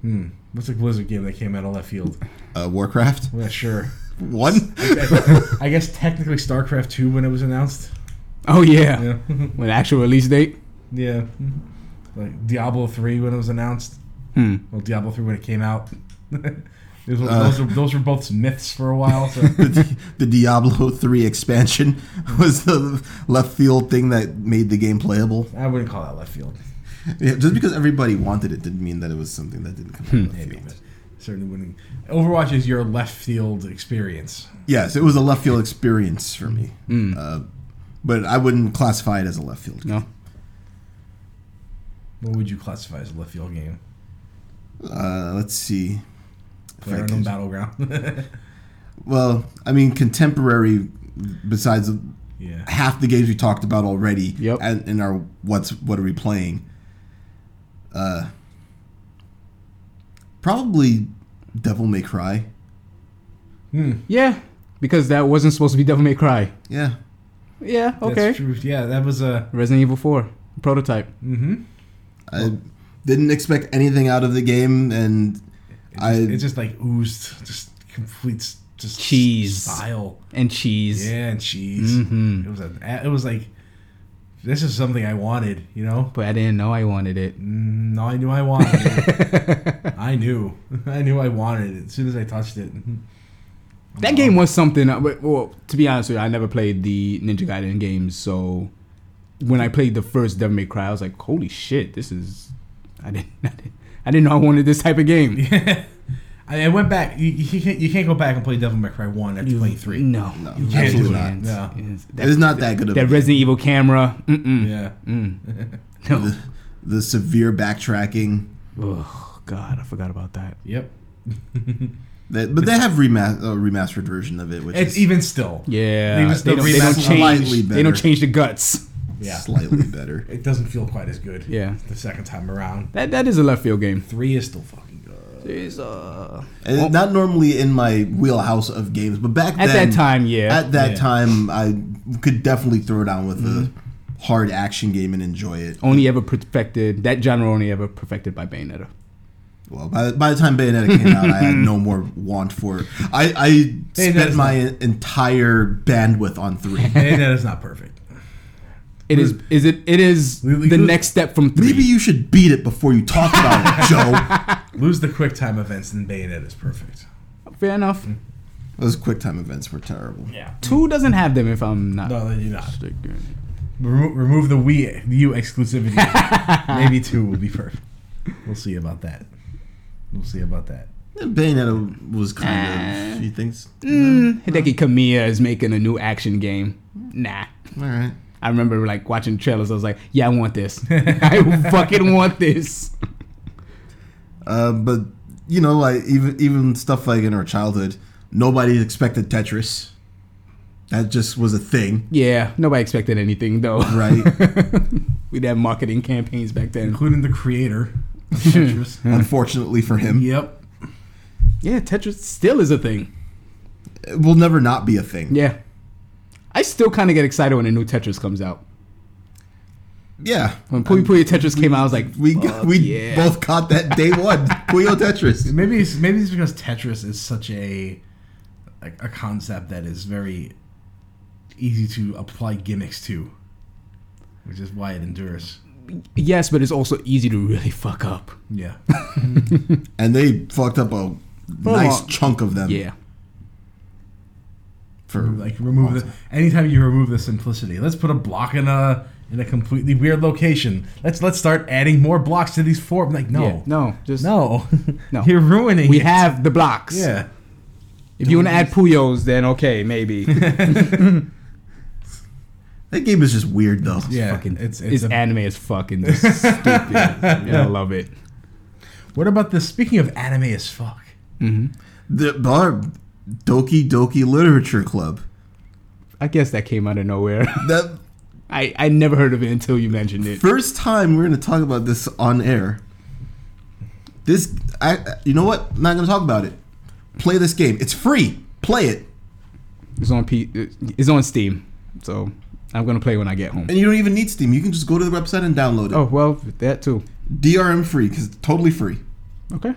Hmm. What's a Blizzard game that came out of left field? Uh, Warcraft I'm not sure. one. I guess technically StarCraft 2 when it was announced. Oh yeah. Yeah. With the actual release date. yeah. Like Diablo 3 when it was announced. Hmm. Well, Diablo 3 when it came out. those, were, Uh. those, were, those were both myths for a while. So. the, the Diablo three expansion was the left field thing that made the game playable. I wouldn't call that left field. Yeah, just because everybody wanted it didn't mean that it was something that didn't come Hmm. out of left Maybe, field. but certainly wouldn't. Overwatch is your left field experience. Yes, it was a left field experience for me, uh, but I wouldn't classify it as a left field. Hmm. No. What would you classify as a left field game? Uh, let's see. If I Player can- on battleground. Well, I mean, contemporary. Besides yeah. half the games we talked about already, Yep. and in our what's what are we playing? Uh, probably Devil May Cry. Yeah. Because that wasn't supposed to be Devil May Cry. Yeah, Yeah. Okay. That's true. Yeah, that was a. Resident Evil Four prototype. Mm-hmm. I didn't expect anything out of the game, and I It just like oozed, just complete s- just Cheese. style. and cheese. Yeah, and cheese. Mm-hmm. It was a. It was like, this is something I wanted. You know, But I didn't know I wanted it. mm, no, I knew I wanted. it. I knew, I knew I wanted it as soon as I touched it. That game was something. uh, but- Well, to be honest with you, I never played the Ninja Gaiden games, so when I played the first Devil May Cry, I was like, "Holy shit, this is." I didn't. I didn't, I didn't know I wanted this type of game. I, I went back. You, you can't you can't go back and play Devil May Cry one Mm. after playing three. No, No, you can't do do that. it. No. It's- it was not that good of That a Resident Evil camera. Mm-mm. Yeah, Mm. No. the severe backtracking. Oh God, I forgot about that. yep. That, but they have remas- a remastered version of it, which It's is even still. Yeah, They they, just don't, don't they don't remake it. Slightly change. They don't better. change the guts. Yeah. slightly better. It doesn't feel quite as good. Yeah, The second time around, that that is a left field game. three is still fucking good. There's uh And not normally in my wheelhouse of games, but back at then, that time, yeah. Mm-hmm. at that Yeah. time, I could definitely throw down with a hard action game and enjoy it. only ever perfected that genre only ever perfected by Bayonetta. Well, by, by the time Bayonetta came out, I had no more want for it. I, I spent Bayonetta's my entire bandwidth on three. Hey, that is not perfect. It is is it it is We- we the could- next step from three. Maybe you should beat it before you talk about it, Joe. That Lose the quick time events and Bayonetta is perfect. Fair enough. Those quick time events were terrible. Yeah. Two doesn't have them if I'm not No, you're not. mistaken. Remo- remove the Wii U exclusivity. Maybe two will be perfect. We'll see about that. We'll see about that. And Bayonetta was kind of. She thinks. Mm, Hideki Kamiya is making a new action game. Nah. All right. I remember like watching trailers. I was like, "Yeah, I want this. I fucking want this." Uh, but you know, like even even stuff like in our childhood, nobody expected Tetris. That just was a thing, Yeah, nobody expected anything though. right? We'd have marketing campaigns back then. Including the creator of Tetris. Unfortunately for him, yep. Yeah, Tetris still is a thing. it will never not be a thing. Yeah, I still kind of get excited when a new Tetris comes out. Yeah, When Puyo Puyo Tetris came out, I was like, we "Fuck we yeah." both caught that day one Puyo Tetris. Maybe it's, maybe it's because Tetris is such a like a concept that is very easy to apply gimmicks to, which is why it endures. Yes, but it's also easy to really fuck up. Yeah. And they fucked up a a nice lot. chunk of them. Oh, Yeah, For like remove the anytime you remove the simplicity let's put a block in a in a completely weird location let's let's start adding more blocks to these four like no Yeah. no, just no No. you're ruining We it. have the blocks. yeah If you want to add Puyos, then okay, maybe. that game is just weird though. yeah fucking, it's, it's it's a- anime is fucking just stupid. I love it. what about this speaking of anime as fuck The bar Doki Doki Literature Club. I guess that came out of nowhere. That I, I never heard of it until you mentioned it. first time we're going to talk about this on air. This, I, you know what? Not going to talk about it. Play this game. It's free. Play it, It's on P. uh, It's on Steam, so I'm gonna play when I get home. and you don't even need Steam. You can just go to the website and download it. Oh well, that too. DRM free because it's totally free. Okay.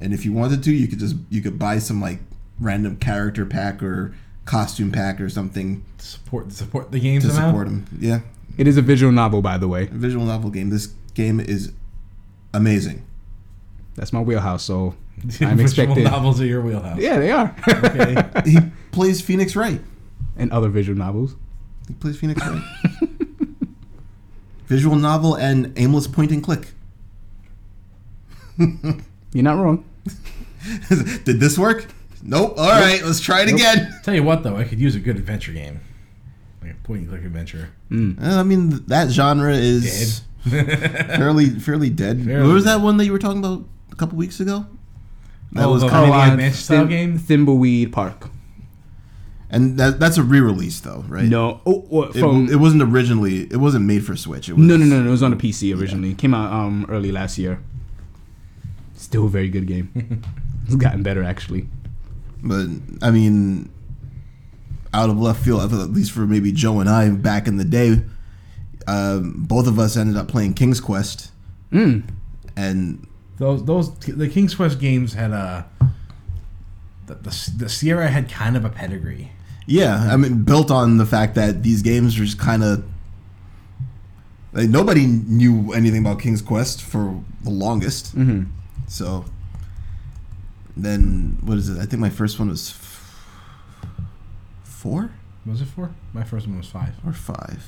And if you wanted to, you could just you could buy some like random character pack or costume pack or something support support the games to amount? support them. Yeah, It is a visual novel, by the way. visual novel game. This game is amazing. That's my wheelhouse. So Visual I'm expecting. novels are your wheelhouse Yeah, they are. okay he plays Phoenix Wright. and other visual novels. He plays Phoenix Wright. Visual novel and aimless point and click. You're not wrong. Did this work? Nope. All right, let's try it again. tell you what though i could use a good adventure game like a point and click adventure Uh, I mean, th- that genre is dead fairly fairly dead. Fairly what was dead. that one that you were talking about a couple weeks ago? That Oh, was the- kind Maybe Oh, a uh, mansion style game? Thimbleweed Park. and that, that's a re-release though, right? No. Oh, what, It, from it wasn't originally. It wasn't made for Switch. It was, No, no, no, no. It was on the PC originally. Came out um early last year. Still a very good game. it's gotten better actually. But I mean, out of left field, I thought at least for maybe Joe and I back in the day, um, both of us ended up playing King's Quest, Mm. and Those those the King's Quest games had a the, the, the Sierra had kind of a pedigree. yeah, I mean, built on the fact that these games were just kind of like nobody knew anything about King's Quest for the longest. Mm-hmm. So then, what is it? I think my first one was f- four. Was it four? My first one was five. or five.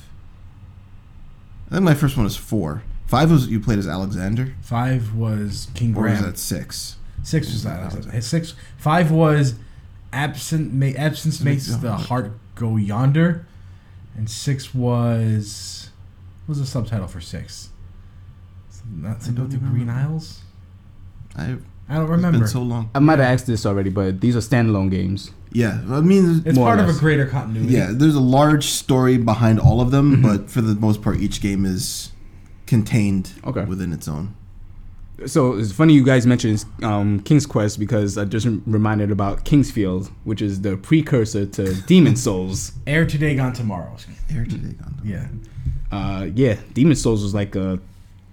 I think my first one is four. Five was you played as Alexander, Five was King or was Graham. that six? Six was that. that was it. Six. Five was absent. Ma- absence makes Makes- the heart go yonder, and six was what was the subtitle for six. Not something about the Green Isles. I I don't remember. remember. It's been so long. I might have asked this already, but these are standalone games. Yeah, I mean, it's more or part of a less. greater continuity. yeah. There's a large story behind all of them, but for the most part, each game is contained Okay. within its own. So it's funny you guys mentioned um, King's Quest because I just reminded about Kingsfield, which is the precursor to Demon Souls. Air today, gone tomorrow. Air today, Gundam. Yeah. Uh, yeah, Demon Souls was like a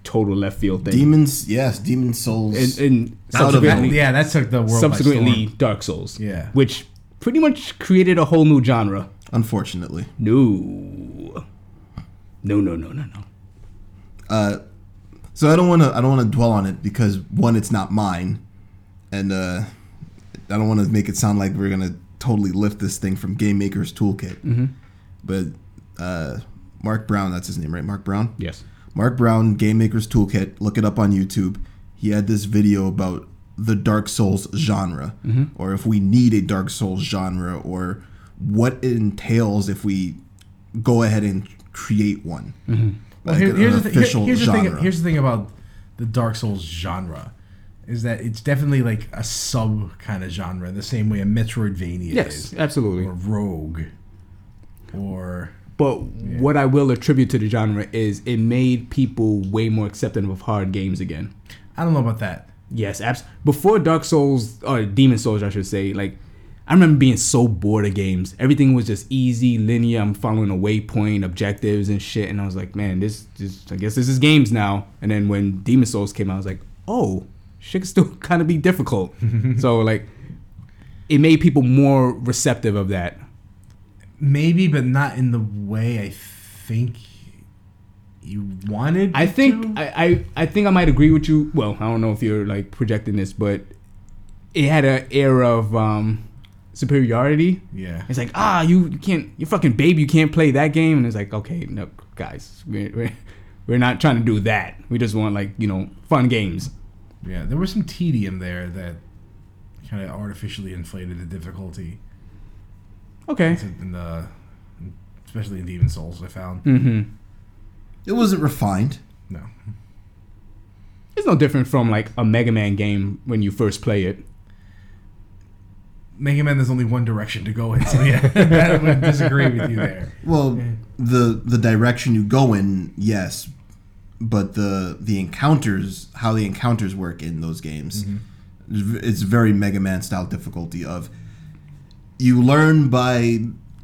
total left field thing. Demons, yes, Demon Souls. and, and Out of subsequently, it. Yeah, that took the world. by subsequently storm. Dark Souls. Yeah. which pretty much created a whole new genre. unfortunately, No, no, no, no, no, no. uh, so I don't want to. I don't want to dwell on it because one, it's not mine, and uh, I don't want to make it sound like we're gonna totally lift this thing from Game Maker's Toolkit. Mm-hmm. But uh, Mark Brown, that's his name, right? Mark Brown. Yes. Mark Brown, Game Maker's Toolkit. Look it up on YouTube. He had this video about the Dark Souls genre, Mm-hmm. or if we need a Dark Souls genre, or what it entails if we go ahead and create one. Mm-hmm. Well, Like here- an here's, the thi- official here- here's the thing. genre. Here's the thing about the Dark Souls genre is that it's definitely like a sub kind of genre, the same way a Metroidvania Yes, is, absolutely. or Rogue, or But what I will attribute to the genre is it made people way more accepting of hard games again. I don't know about that. Yes, abs- before Dark Souls or Demon Souls, I should say. Like, I remember being so bored of games. Everything was just easy, linear. I'm following a waypoint, objectives, and shit. And I was like, man, this, this I guess this is games now. And then when Demon Souls came out, I was like, oh, shit can still kind of be difficult. so like, it made people more receptive of that. Maybe, but not in the way I think you wanted. I it think to. I, I, I think I might agree with you. Well, I don't know if you're like projecting this, but it had an air of um, superiority. yeah. It's like ah, you, you can't, you fucking baby, you can't play that game. And it's like okay, no, guys, we're, we're we're not trying to do that. We just want like you know fun games. Yeah, there was some tedium there that kind of artificially inflated the difficulty, Okay. in the, especially in Demon Souls. I found Mm-hmm. It wasn't refined. no, It's no different from like a Mega Man game when you first play it. Mega Man. There's only one direction to go in, so yeah, I would disagree with you there. Well, the the direction you go in, yes, but the the encounters, how the encounters work in those games, it's very Mega Man style difficulty of you learn by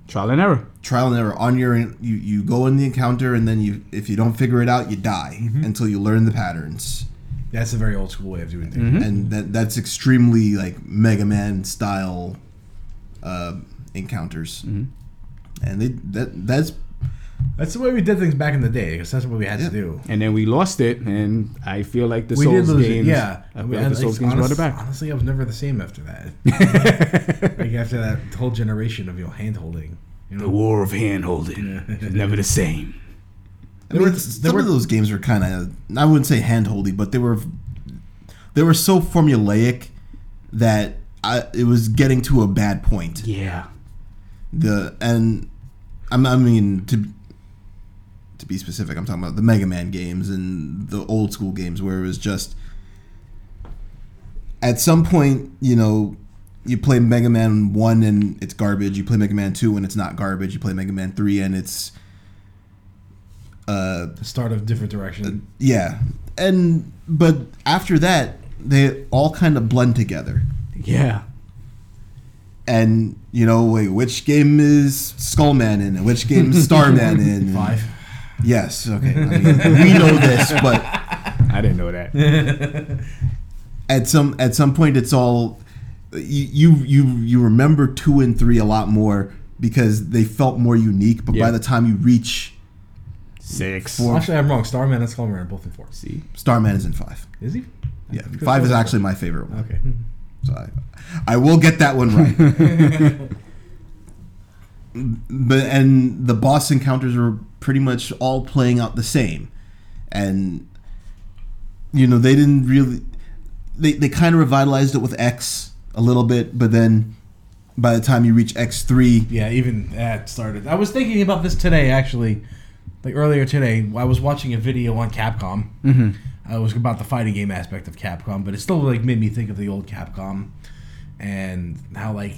Trial and error. trial and error on your you, you go in the encounter and then you if you don't figure it out you die until you learn the patterns That's a very old school way of doing things. Mm-hmm. and that that's extremely like mega man style uh, encounters and they that that's That's the way we did things back in the day, because that's what we had Yeah. to do. And then we lost it, and I feel like the We Souls did lose games. it, yeah. I feel And we- like the and, Souls like, games brought it honest- back. Honestly, I was never the same after that. like after that whole generation of you know, hand holding. You The know, war of hand holding. It's never the same. I There mean, were- some there were- of those games were kind of I wouldn't say hand holdy, but they were they were so formulaic that I, it was getting to a bad point. Yeah. The and I'm, I mean to to be specific, I'm talking about the Mega Man games and the old school games where it was just at some point, you know, you play Mega Man 1 and it's garbage. You play Mega Man 2 and it's not garbage. You play Mega Man 3 and it's uh the start of different direction. yeah. And but after that, they all kind of blend together. Yeah. And you know, like which game is Skullman in and which game is Starman in? and- Five. Yes, okay. I mean, we know this, but I didn't know that. at some at some point it's all you you you, you remember 2 and 3 a lot more because they felt more unique, but Yeah. by the time you reach Six. Four. Actually, I'm wrong. Starman and Skullman are both in four. See? Starman is in 5. Is he? Yeah. 5 is Because Starman's actually my favorite one. Okay. Hmm. So I, I will get that one right. but and the boss encounters were pretty much all playing out the same, and you know they didn't really they they kind of revitalized it with X a little bit, but then by the time you reach X three, Yeah, even that started. I was thinking about this today, actually. Like earlier today, I was watching a video on Capcom. Mm-hmm. I was about the fighting game aspect of Capcom, but it still like made me think of the old Capcom and how like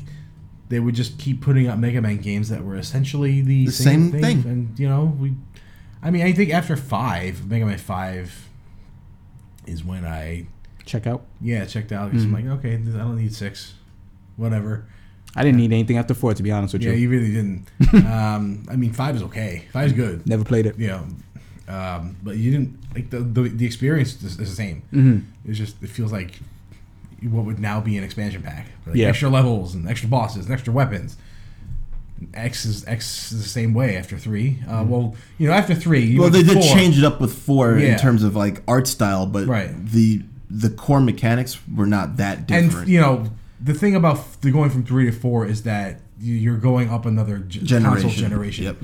they would just keep putting out Mega Man games that were essentially the, The same thing. And you know, we, I mean, I think after five, Mega Man five, is when I Check out. yeah checked out. 'cause I'm like, okay, I don't need six, whatever. I didn't need anything after four, to be honest with Yeah, you. you really didn't. um, I mean, five is okay. Five is good. Never played it. You know, um, but you didn't like the the, the experience is, is the same. Mm-hmm. It's just it feels like what would now be an expansion pack, like Yeah. extra levels and extra bosses and extra weapons. And X is X is the same way after three. Uh, Well, you know, after three, Mm-hmm. you Well, went they to did four. change it up with four Yeah. in terms of like art style, but Right. the the core mechanics were not that and different. you know the thing about f- the going from three to four is that you- you're going up another g- console Generation. generation. Yep.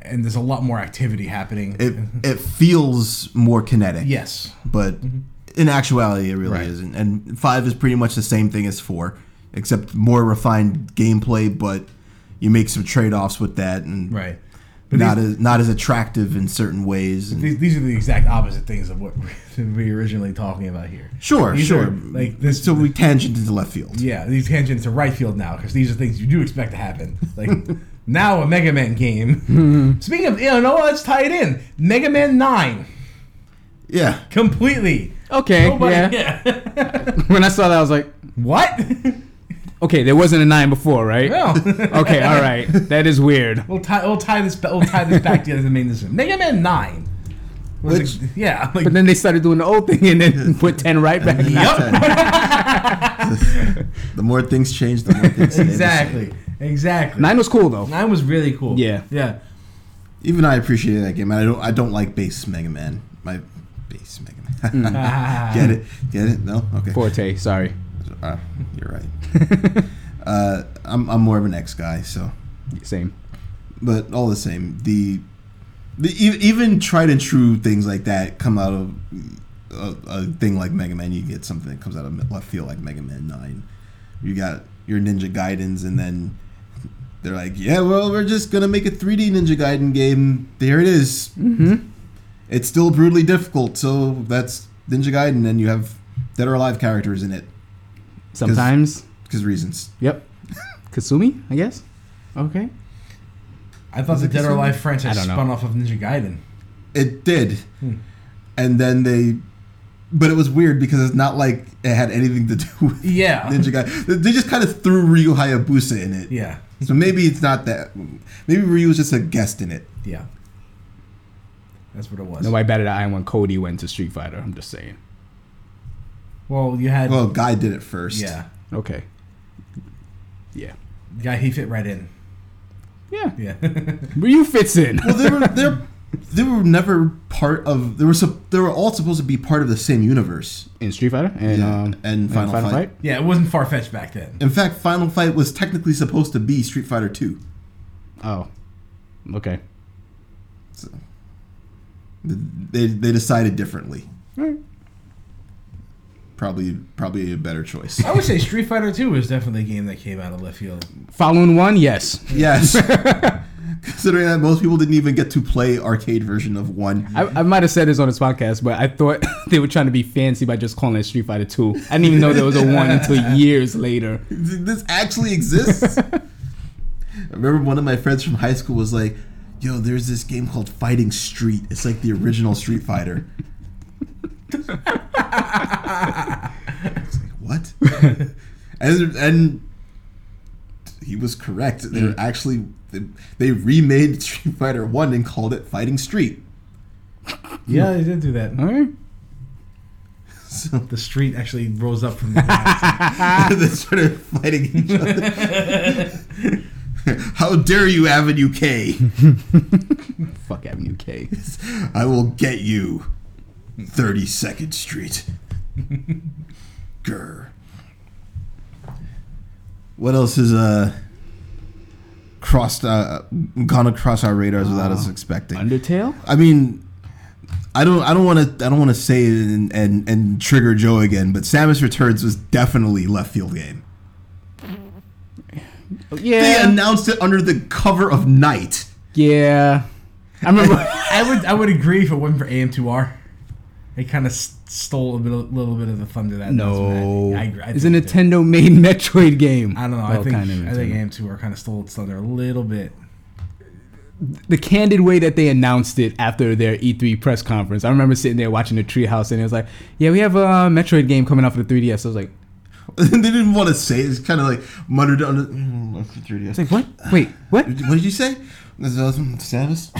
And there's a lot more activity happening. it it feels more kinetic. yes. but Mm-hmm. in actuality, it really Right. isn't. And five is pretty much the same thing as four, except more refined gameplay. But you make some trade offs with that, and Right. But not these, as not as attractive in certain ways. And these, these are the exact opposite things of what we were originally talking about here. sure, These sure. are, like this. so we tangent into left field. yeah, these tangents to right field now because these are things you do expect to happen. Like now, a Mega Man game. Speaking of, you know, what, let's tie it in. Mega Man Nine, Yeah, completely. Okay, yeah. When I saw that, I was like, what? okay, there wasn't a nine before, right? no. Okay, all right. That is weird. We'll tie. We'll tie this. ba- We'll tie this back together to make this Mega Man Nine. Was Which- ex- yeah, like But then they started doing the old thing and then put 10 right back. And the more things change, the more things stay the same. exactly, exactly. Nine was cool, though. Nine was really cool. Yeah. yeah. Even I appreciate that game. and I don't. I don't like base Mega Man. My base Mega Man. Ah. Get it? Get it? No. Okay. Forte, sorry. Uh, you're right. uh, I'm, I'm more of an X guy, so Same. but all the same, the, the e- even tried and true things like that come out of uh, a, a thing like Mega Man. You get something that comes out of left field like Mega Man Nine. You got your Ninja Gaidens, and then they're like, "Yeah, well, we're just gonna make a 3D Ninja Gaiden game. There it is. It's still brutally difficult, so that's Ninja Gaiden, and you have dead or alive characters in it Sometimes. because reasons." Yep. Kasumi, I guess. Okay. I thought the it Dead or Kasumi? Alive I franchise don't know. spun off of Ninja Gaiden. It did. Hmm. And then they but it was weird because it's not like it had anything to do with Yeah. Ninja Guy. They just kind of threw Ryu Hayabusa in it. Yeah, So maybe it's not that maybe Ryu was just a guest in it. yeah. That's what it was. Nobody batted an eye when Cody went to Street Fighter. I'm just saying. well, you had Well, Guy did it first. yeah, Okay. Yeah. guy he fit right in. Yeah. Yeah, Ryu fits in. Well, they were they're they were never part of they were sup- they were all supposed to be part of the same universe. in Street Fighter and, Yeah, um, and Final Fight. yeah. It wasn't far fetched back then. In fact, Final Fight was technically supposed to be Street Fighter 2. Oh. Okay. They they decided differently. All right. Probably probably a better choice. I would say Street Fighter Two was definitely a game that came out of left field. Following one, yes. Yes. Considering that most people didn't even get to play arcade version of one. I, I might have said this on this podcast, but I thought they were trying to be fancy by just calling it Street Fighter 2. I didn't even know there was a 1 until years later. This actually exists. I remember one of my friends from high school was like, "Yo, there's this game called Fighting Street. It's like the original Street Fighter." I was like, what? and and he was correct. They were actually they, they remade Street Fighter One and called it Fighting Street. Yeah, they did do All that. right. So The street actually rose up from the ground. they started fighting each other. How dare you, Avenue K? Fuck Avenue K. I will get you. 32nd Street. Grr. What else is uh crossed uh gone across our radars without Oh. us expecting? Undertale? I mean I don't I don't want to I don't want to say it and, and and trigger Joe again, but Samus Returns was definitely left field game. They Yeah. announced it under the cover of night. Yeah. I remember. I would I would agree if it wasn't for AM2R. It kind of stole a bit, a little bit of the thunder that announcement. No. I, I agree. I it's a think it did. Nintendo made Metroid game. I don't know. I Well, think kind of I think Nintendo. AM2R kind of stole its thunder a little bit. the candid way that they announced it after their E3 press conference. I remember sitting there watching the Treehouse, and it was like, "Yeah, we have a Metroid game coming out for the 3DS." I was like, they didn't want to say it. It's kind of like muttered under mm, for 3DS. "It's like what? Wait, what? what did you say? This is awesome. Samus.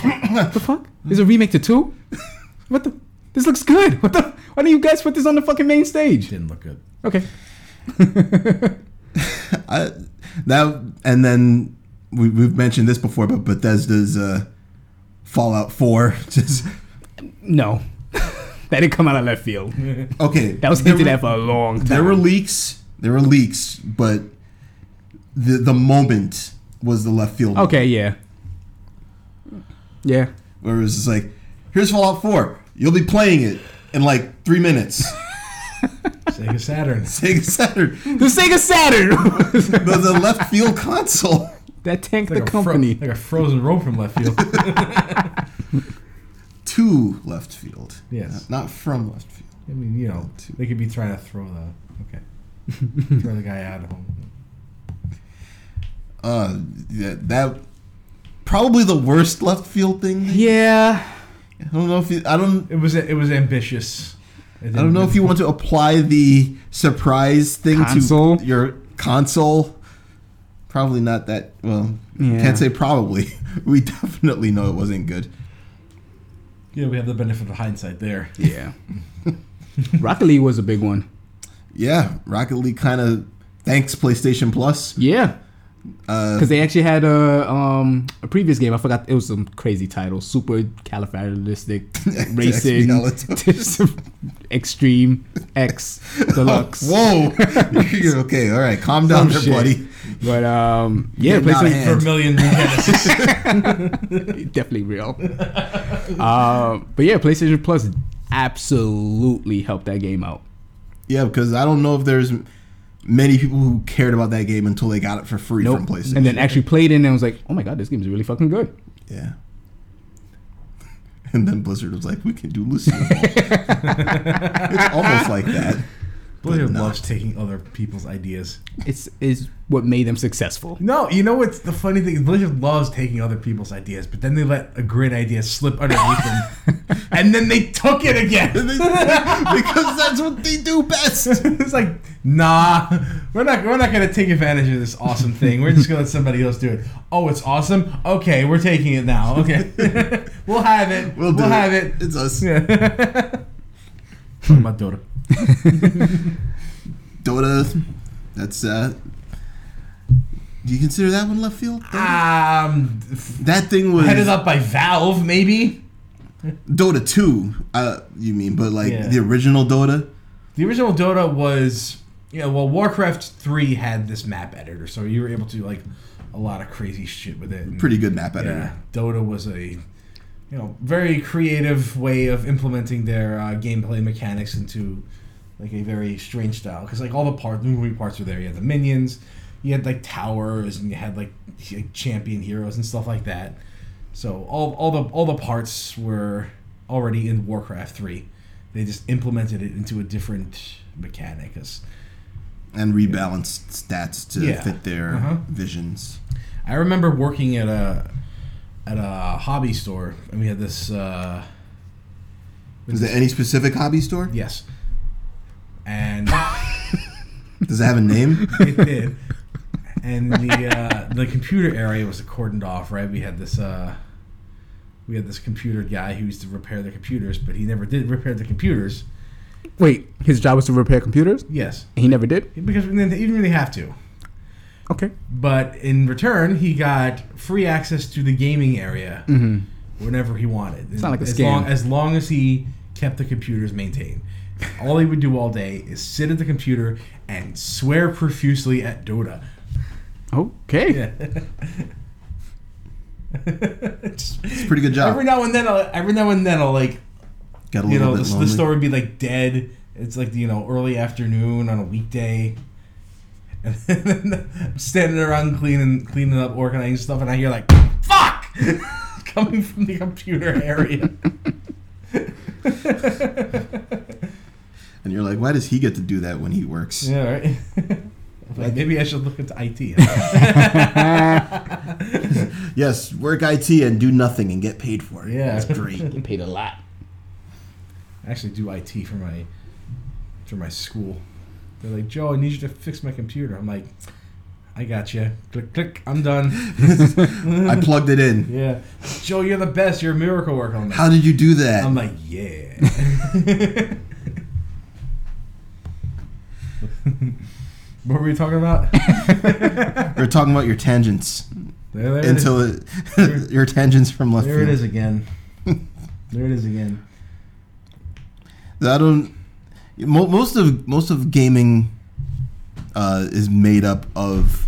the fuck? There's a remake to two? What the? This looks good. What the? Why don't you guys put this on the fucking main stage? Didn't look good. Okay. I, that and then we, we've mentioned this before, but Bethesda's uh, Fallout Four just No, that didn't come out of left field. okay. That was there hinted were- at for a long There time. were leaks. There were leaks, but the the moment was the left field. okay, yeah, yeah. Where it was just like, here's Fallout Four. You'll be playing it in like three minutes. Sega Saturn. Sega Saturn, The Sega Saturn the, the left field console. that tanked the Like a fro- company. like a frozen rope from left field. To left field. Yes. Not from left field. I mean, you know, they could be trying to throw the okay, throw the guy out of home. Uh, yeah, that probably the worst left field thing. yeah. I don't know if you, I don't. It was it was ambitious. It I don't know if you want to apply the surprise thing Console? to your console. Probably not that. Well, Yeah. can't say probably. We definitely know it wasn't good. Yeah, we have the benefit of hindsight there. Yeah. Rocket League was a big one. Yeah, Rocket League kind of thanks PlayStation Plus. Yeah. Uh, Because they actually had a um a previous game. I forgot. It was some crazy title. Super califragilistic racing. Extreme X Deluxe. oh, Whoa. okay, all right. Calm down, there, Some shit. buddy. But um, yeah, Getting out of PlayStation hand. For a million Genesis. definitely real. um, but yeah, PlayStation Plus absolutely helped that game out. Yeah, because I don't know if there's many people who cared about that game until they got it for free Nope. from PlayStation. And then actually played it and was like, oh my god, this game is really fucking good. yeah. And then Blizzard was like, "We can do Lucio." it's almost like that. Blizzard not. loves taking other people's ideas. It's is what made them successful. No, you know what's the funny thing? Blizzard loves taking other people's ideas, but then they let a great idea slip underneath them, and then they took it again. And they- because that's what they do best. it's like, nah, we're not we're not gonna take advantage of this awesome thing. We're just gonna let somebody else do it. Oh, it's awesome. Okay, we're taking it now. Okay, we'll have it. We'll, We'll, do have it. It's us. Yeah. Talking about Dota. Dota. That's uh. Do you consider that one left field? Um, f- That thing was headed up by Valve, maybe. Dota two. Uh, you mean, but like Yeah. the original Dota. The original Dota was, you know, well, Warcraft three had this map editor, so you were able to do, like a lot of crazy shit with it. and- Pretty good map editor. Yeah, Dota was a you know very creative way of implementing their uh, gameplay mechanics into like a very strange style because like all the parts, the movie parts were there. You had the minions, you had like towers, and you had like h- champion heroes and stuff like that. So all all the all the parts were already in Warcraft three. They just implemented it into a different mechanic. 'cause and rebalanced stats to Yeah. fit their Uh-huh. visions. I remember working at a at a hobby store, and we had this. Uh, Is there any specific hobby store? Yes. And Does it have a name? it did. And the uh, the computer area was cordoned off, right? We had this uh, we had this computer guy who used to repair the computers, but he never did repair the computers. Wait, his job was to repair computers? Yes, And he never did? because we didn't, you didn't really have to. Okay. But in return, he got free access to the gaming area whenever he wanted. Mm-hmm. It's not like a as scam. Long, as long as he kept the computers maintained. All he would do all day is sit at the computer and swear profusely at Dota. Okay. Yeah. Just- Pretty good job. every now and then, I'll, every now and then, I'll like, Got a you little know, bit the, the lonely. store would be like dead. It's like you know, early afternoon on a weekday, and then I'm standing around cleaning, cleaning up, organizing stuff, and I hear like, "Fuck!" coming from the computer area. And you're like, why does he get to do that when he works? yeah, right. Like, maybe I should look into IT. Yes, work IT and do nothing and get paid for it. Yeah. That's great. You paid a lot. I actually do IT for my for my school. They're like, Joe, I need you to fix my computer. I'm like, I got you. Click, click. I'm done. I plugged it in. Yeah, Joe, you're the best. You're a miracle worker. I'm like, How did you do that? I'm like yeah. what were we talking about? We're talking about your tangents There, there it is. until it, your tangents from left there it field. is again. There it is again. I don't. Mo- most of most of gaming uh, is made up of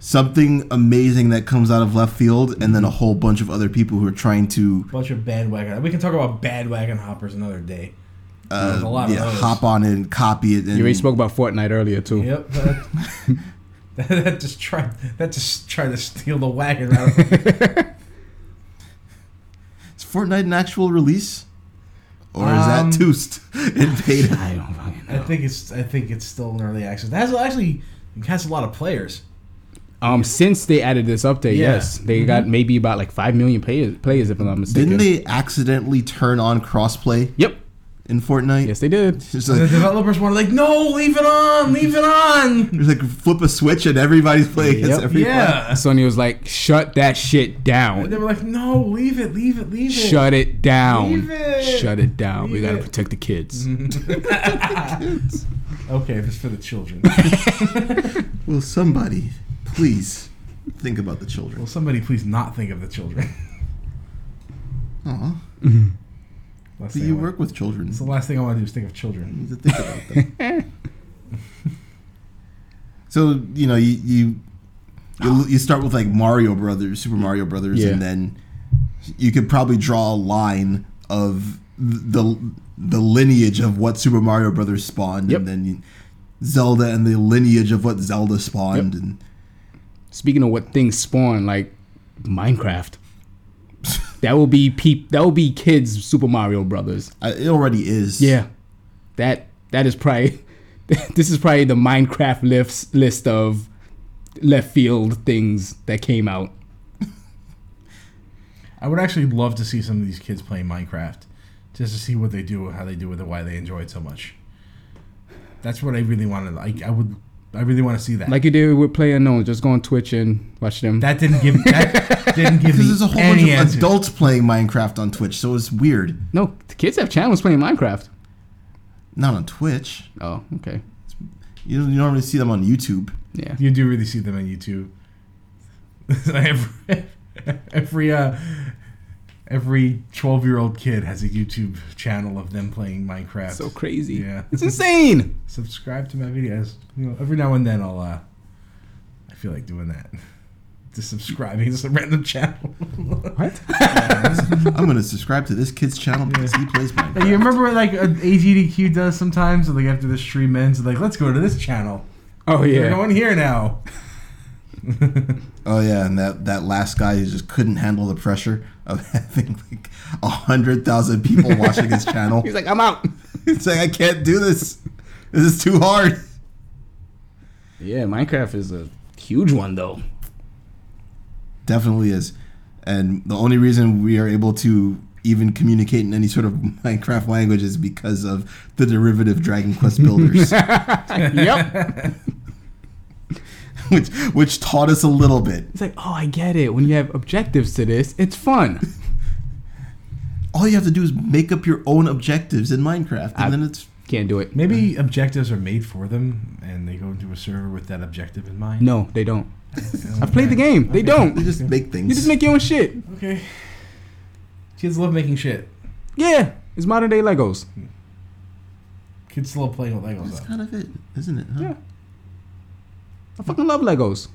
something amazing that comes out of left field, and then Mm-hmm. a whole bunch of other people who are trying to Bunch of bandwagon. We can talk about bandwagon hoppers another day. uh, There's a lot of yeah, those. hop on it and copy it. And You already spoke about Fortnite earlier too. Yep. That, that just tried. That just tried to steal the wagon. Out of me. Is Fortnite an actual release, or is Um, that toast in beta? I don't fucking I know. think it's. I think it's still in early access. That's actually it has a lot of players. Um, since they added this update, Yeah. Mm-hmm. yes, they got maybe about like five million players, players if I'm not mistaken. Didn't they accidentally turn on crossplay Yep. in Fortnite? Yes, they did. It's the like, developers were like, "No, leave it on, leave it on." it's like flip a switch and everybody's playing against Yep. everyone. Yeah. Sony was like, "Shut that shit And down. they were like, "No, leave it, leave it, leave it." Shut it down. Leave it. Shut it down. we Leave gotta it." Mm-hmm. protect the kids." Okay, if it's for the children. Will somebody please think about the children? Will somebody please not think of the children? Aw. Last Do thing I you want- work with children? It's the last thing I want to do is think of children. You need to think about them. so you know you you you, you start with like Mario Brothers, Super Mario Brothers, Yeah. and then you could probably draw a line of the the lineage of what Super Mario Brothers spawned, Yep. and then you, Zelda and the lineage of what Zelda spawned, and Speaking of what things spawn, like Minecraft, that will be peep. That will be kids Super Mario Brothers. I, uh, it already is. Yeah, that that is probably this is probably the Minecraft list list of left field things that came out. I would actually love to see some of these kids playing Minecraft, just to see what they do, how they do with it, why they enjoy it so much. That's what I really wanted. Like I would, I really want to see that. Like you did with Player No, just go on Twitch and watch them. that didn't give that didn't give me Because there's a whole any bunch E of answers. adults playing Minecraft on Twitch, so it's weird. no, the kids have channels playing Minecraft. Not on Twitch. Oh, okay, You don't you normally see them on YouTube. yeah. You do really see them on YouTube. every every uh, every twelve year old kid has a YouTube channel of them playing Minecraft. So crazy. Yeah. It's insane. Subscribe to my videos. You know, every now and then I'll uh, I feel like doing that. Just subscribing to some random channel. What? I'm gonna subscribe to this kid's channel because he plays Like, Minecraft. you remember what like uh, AGDQ does sometimes? Like after the stream ends, like let's go to this channel. Oh We're yeah. going here now. Oh yeah, and that that last guy who just couldn't handle the pressure of having like a hundred thousand people watching his channel. He's like, I'm out. It's like I can't do this. This is too hard. Yeah, Minecraft is a huge one though. Definitely is. And the only reason we are able to even communicate in any sort of Minecraft language is because of the derivative Dragon Quest builders, yep. which which taught us a little bit. It's like, oh, I get it. When you have objectives to this, it's fun. All you have to do is make up your own objectives in Minecraft, and I- then it's Can't do it. Maybe objectives are made for them, and they go into a server with that objective in mind. No, they don't. I've played the game. They don't. you just make You just things. make your own shit. Okay. Kids love making shit. Yeah, it's modern day Legos. Kids love playing with Legos. That's Though. kind of it, isn't it? Huh? Yeah. I fucking love Legos.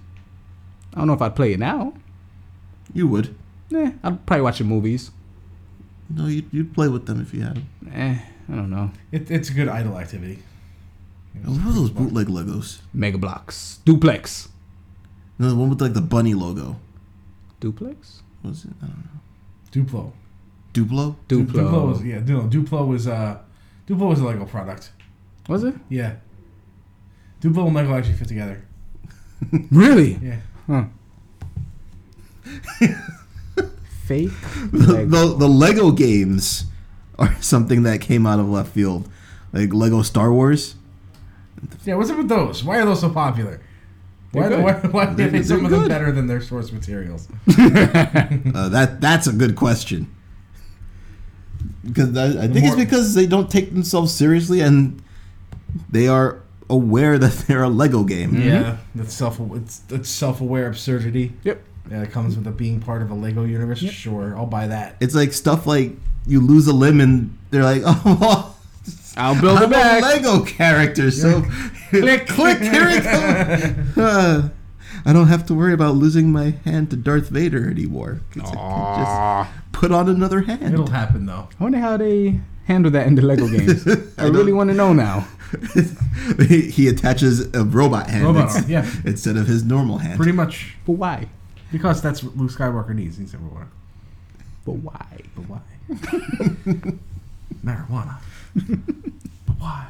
I don't know if I'd play it now. You would. Nah, I'd probably watch the movies. No, you'd, you'd play with them if you had them. Eh, I don't know. It, it's a good idle activity. I love those bootleg Legos. Mega Blocks. Duplex. No, the one with like the bunny logo. Duplex? What was it? I don't know. Duplo. Duplo? Du- Duplo Duplo. was yeah. No, Duplo was uh, Duplo was a Lego product. Was it? Yeah. Duplo and Lego actually fit together. Really? Yeah. Huh. Fake. the, Like, the, the Lego games are something that came out of left field, like Lego Star Wars. Yeah, what's up with those? Why are those so popular? Why, They're why, why are They're- they they're some of them good. Mm-hmm. better than their source materials? Uh, that that's a good question. Because I, I think it's More- because they don't take themselves seriously and they are aware that they're a Lego game. Yeah, that's self it's, it's self aware absurdity yep. that comes with it being part of a Lego universe. Yep. Sure, I'll buy that. It's like stuff like you lose a limb and they're like, oh, I'll build I'm it back. a Lego character, so click, click, here it comes. Uh, I don't have to worry about losing my hand to Darth Vader anymore. 'cause I Aw. can just put on another hand. It'll happen though. I wonder how they handle that in the Lego games. I, I really don't- want to know now. he, he attaches a robot hand Robot ins- arm, yeah. instead of his normal hand. Pretty much But why? because that's what Luke Skywalker needs. He's everywhere. But why? But why? Marijuana. but why?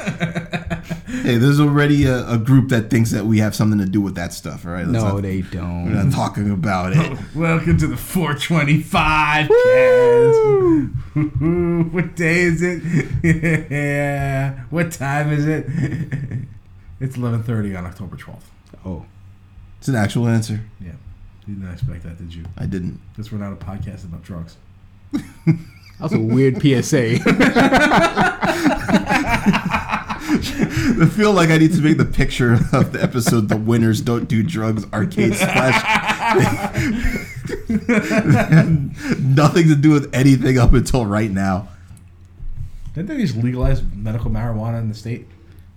hey, there's already a, a group that thinks that we have something to do with that stuff, all right? Let's No, not- they We're not don't. talking about it. Welcome to the 425 cast. what day is it? yeah. What time is it? it's 11:30 on October 12th. Oh, It's an actual answer. Yeah. You didn't expect that, did you? I didn't. Because we're not a podcast about drugs. that was a weird PSA. I feel like I need to make the picture of the episode "The Winners Don't Do Drugs" arcade splash. Nothing to do with anything up until right now. Didn't they just legalize medical marijuana in the state?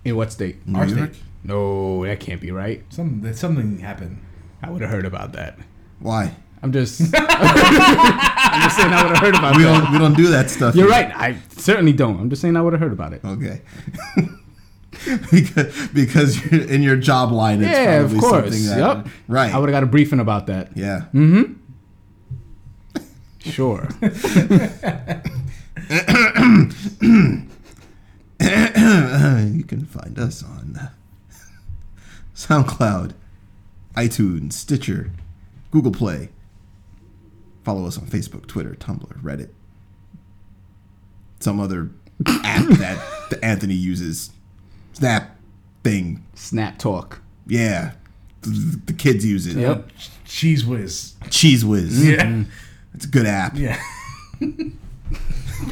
in what state? New Our York? state. No, that can't be right. Some, that- something happened. I would have heard about that. Why? I'm just. I'm just saying I would have heard about We that. don't. We don't do that stuff. You're here. right. I certainly don't. I'm just saying I would have heard about it. Okay. because because you're in your job line, it's yeah, of probably course. something Yep. that right. I would have got a briefing about that. Mm-hmm. yeah. Sure. you can find us on uh, SoundCloud, iTunes, Stitcher, Google Play. Follow us on Facebook, Twitter, Tumblr, Reddit, some other app that the Anthony uses. Snap thing, Snap talk. yeah. The, the kids use it. Yep. Cheese whiz. Cheese Whiz. Yeah. It's a good app. Yeah.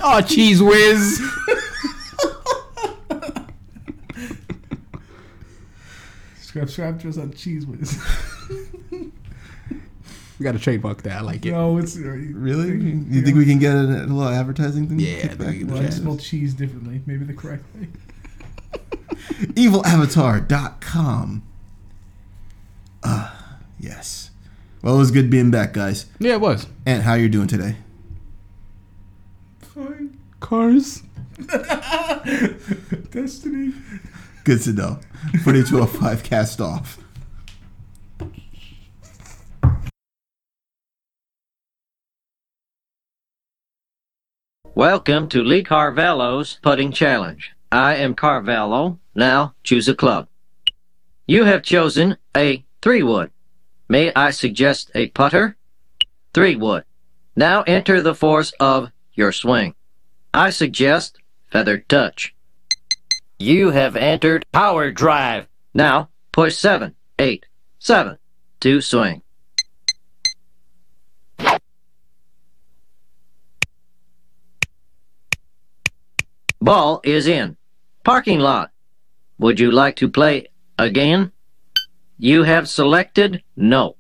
Oh, cheese whiz. Subscribe to us on Cheese Whiz. We got to trademark that. I like it. no, it's uh, Really? You think we can get a, a little advertising thing? Yeah, I think we can Kickback? Well, I spelled cheese differently, maybe the correct way. evilavatar.com. Uh, yes. Well, it was good being back, guys. Yeah, it was. And how you doing today? Fine. Cars. Destiny. Good to know. 4205 cast off. Welcome to Lee Carvello's Putting Challenge. I am Carvello. Now choose a club. You have chosen a three wood. May I suggest a putter? Three wood. Now enter the force of your swing. I suggest feathered touch. You have entered power drive. Now push seven, eight, seven to swing. Ball is in. Parking lot. Would you like to play again? You have selected no.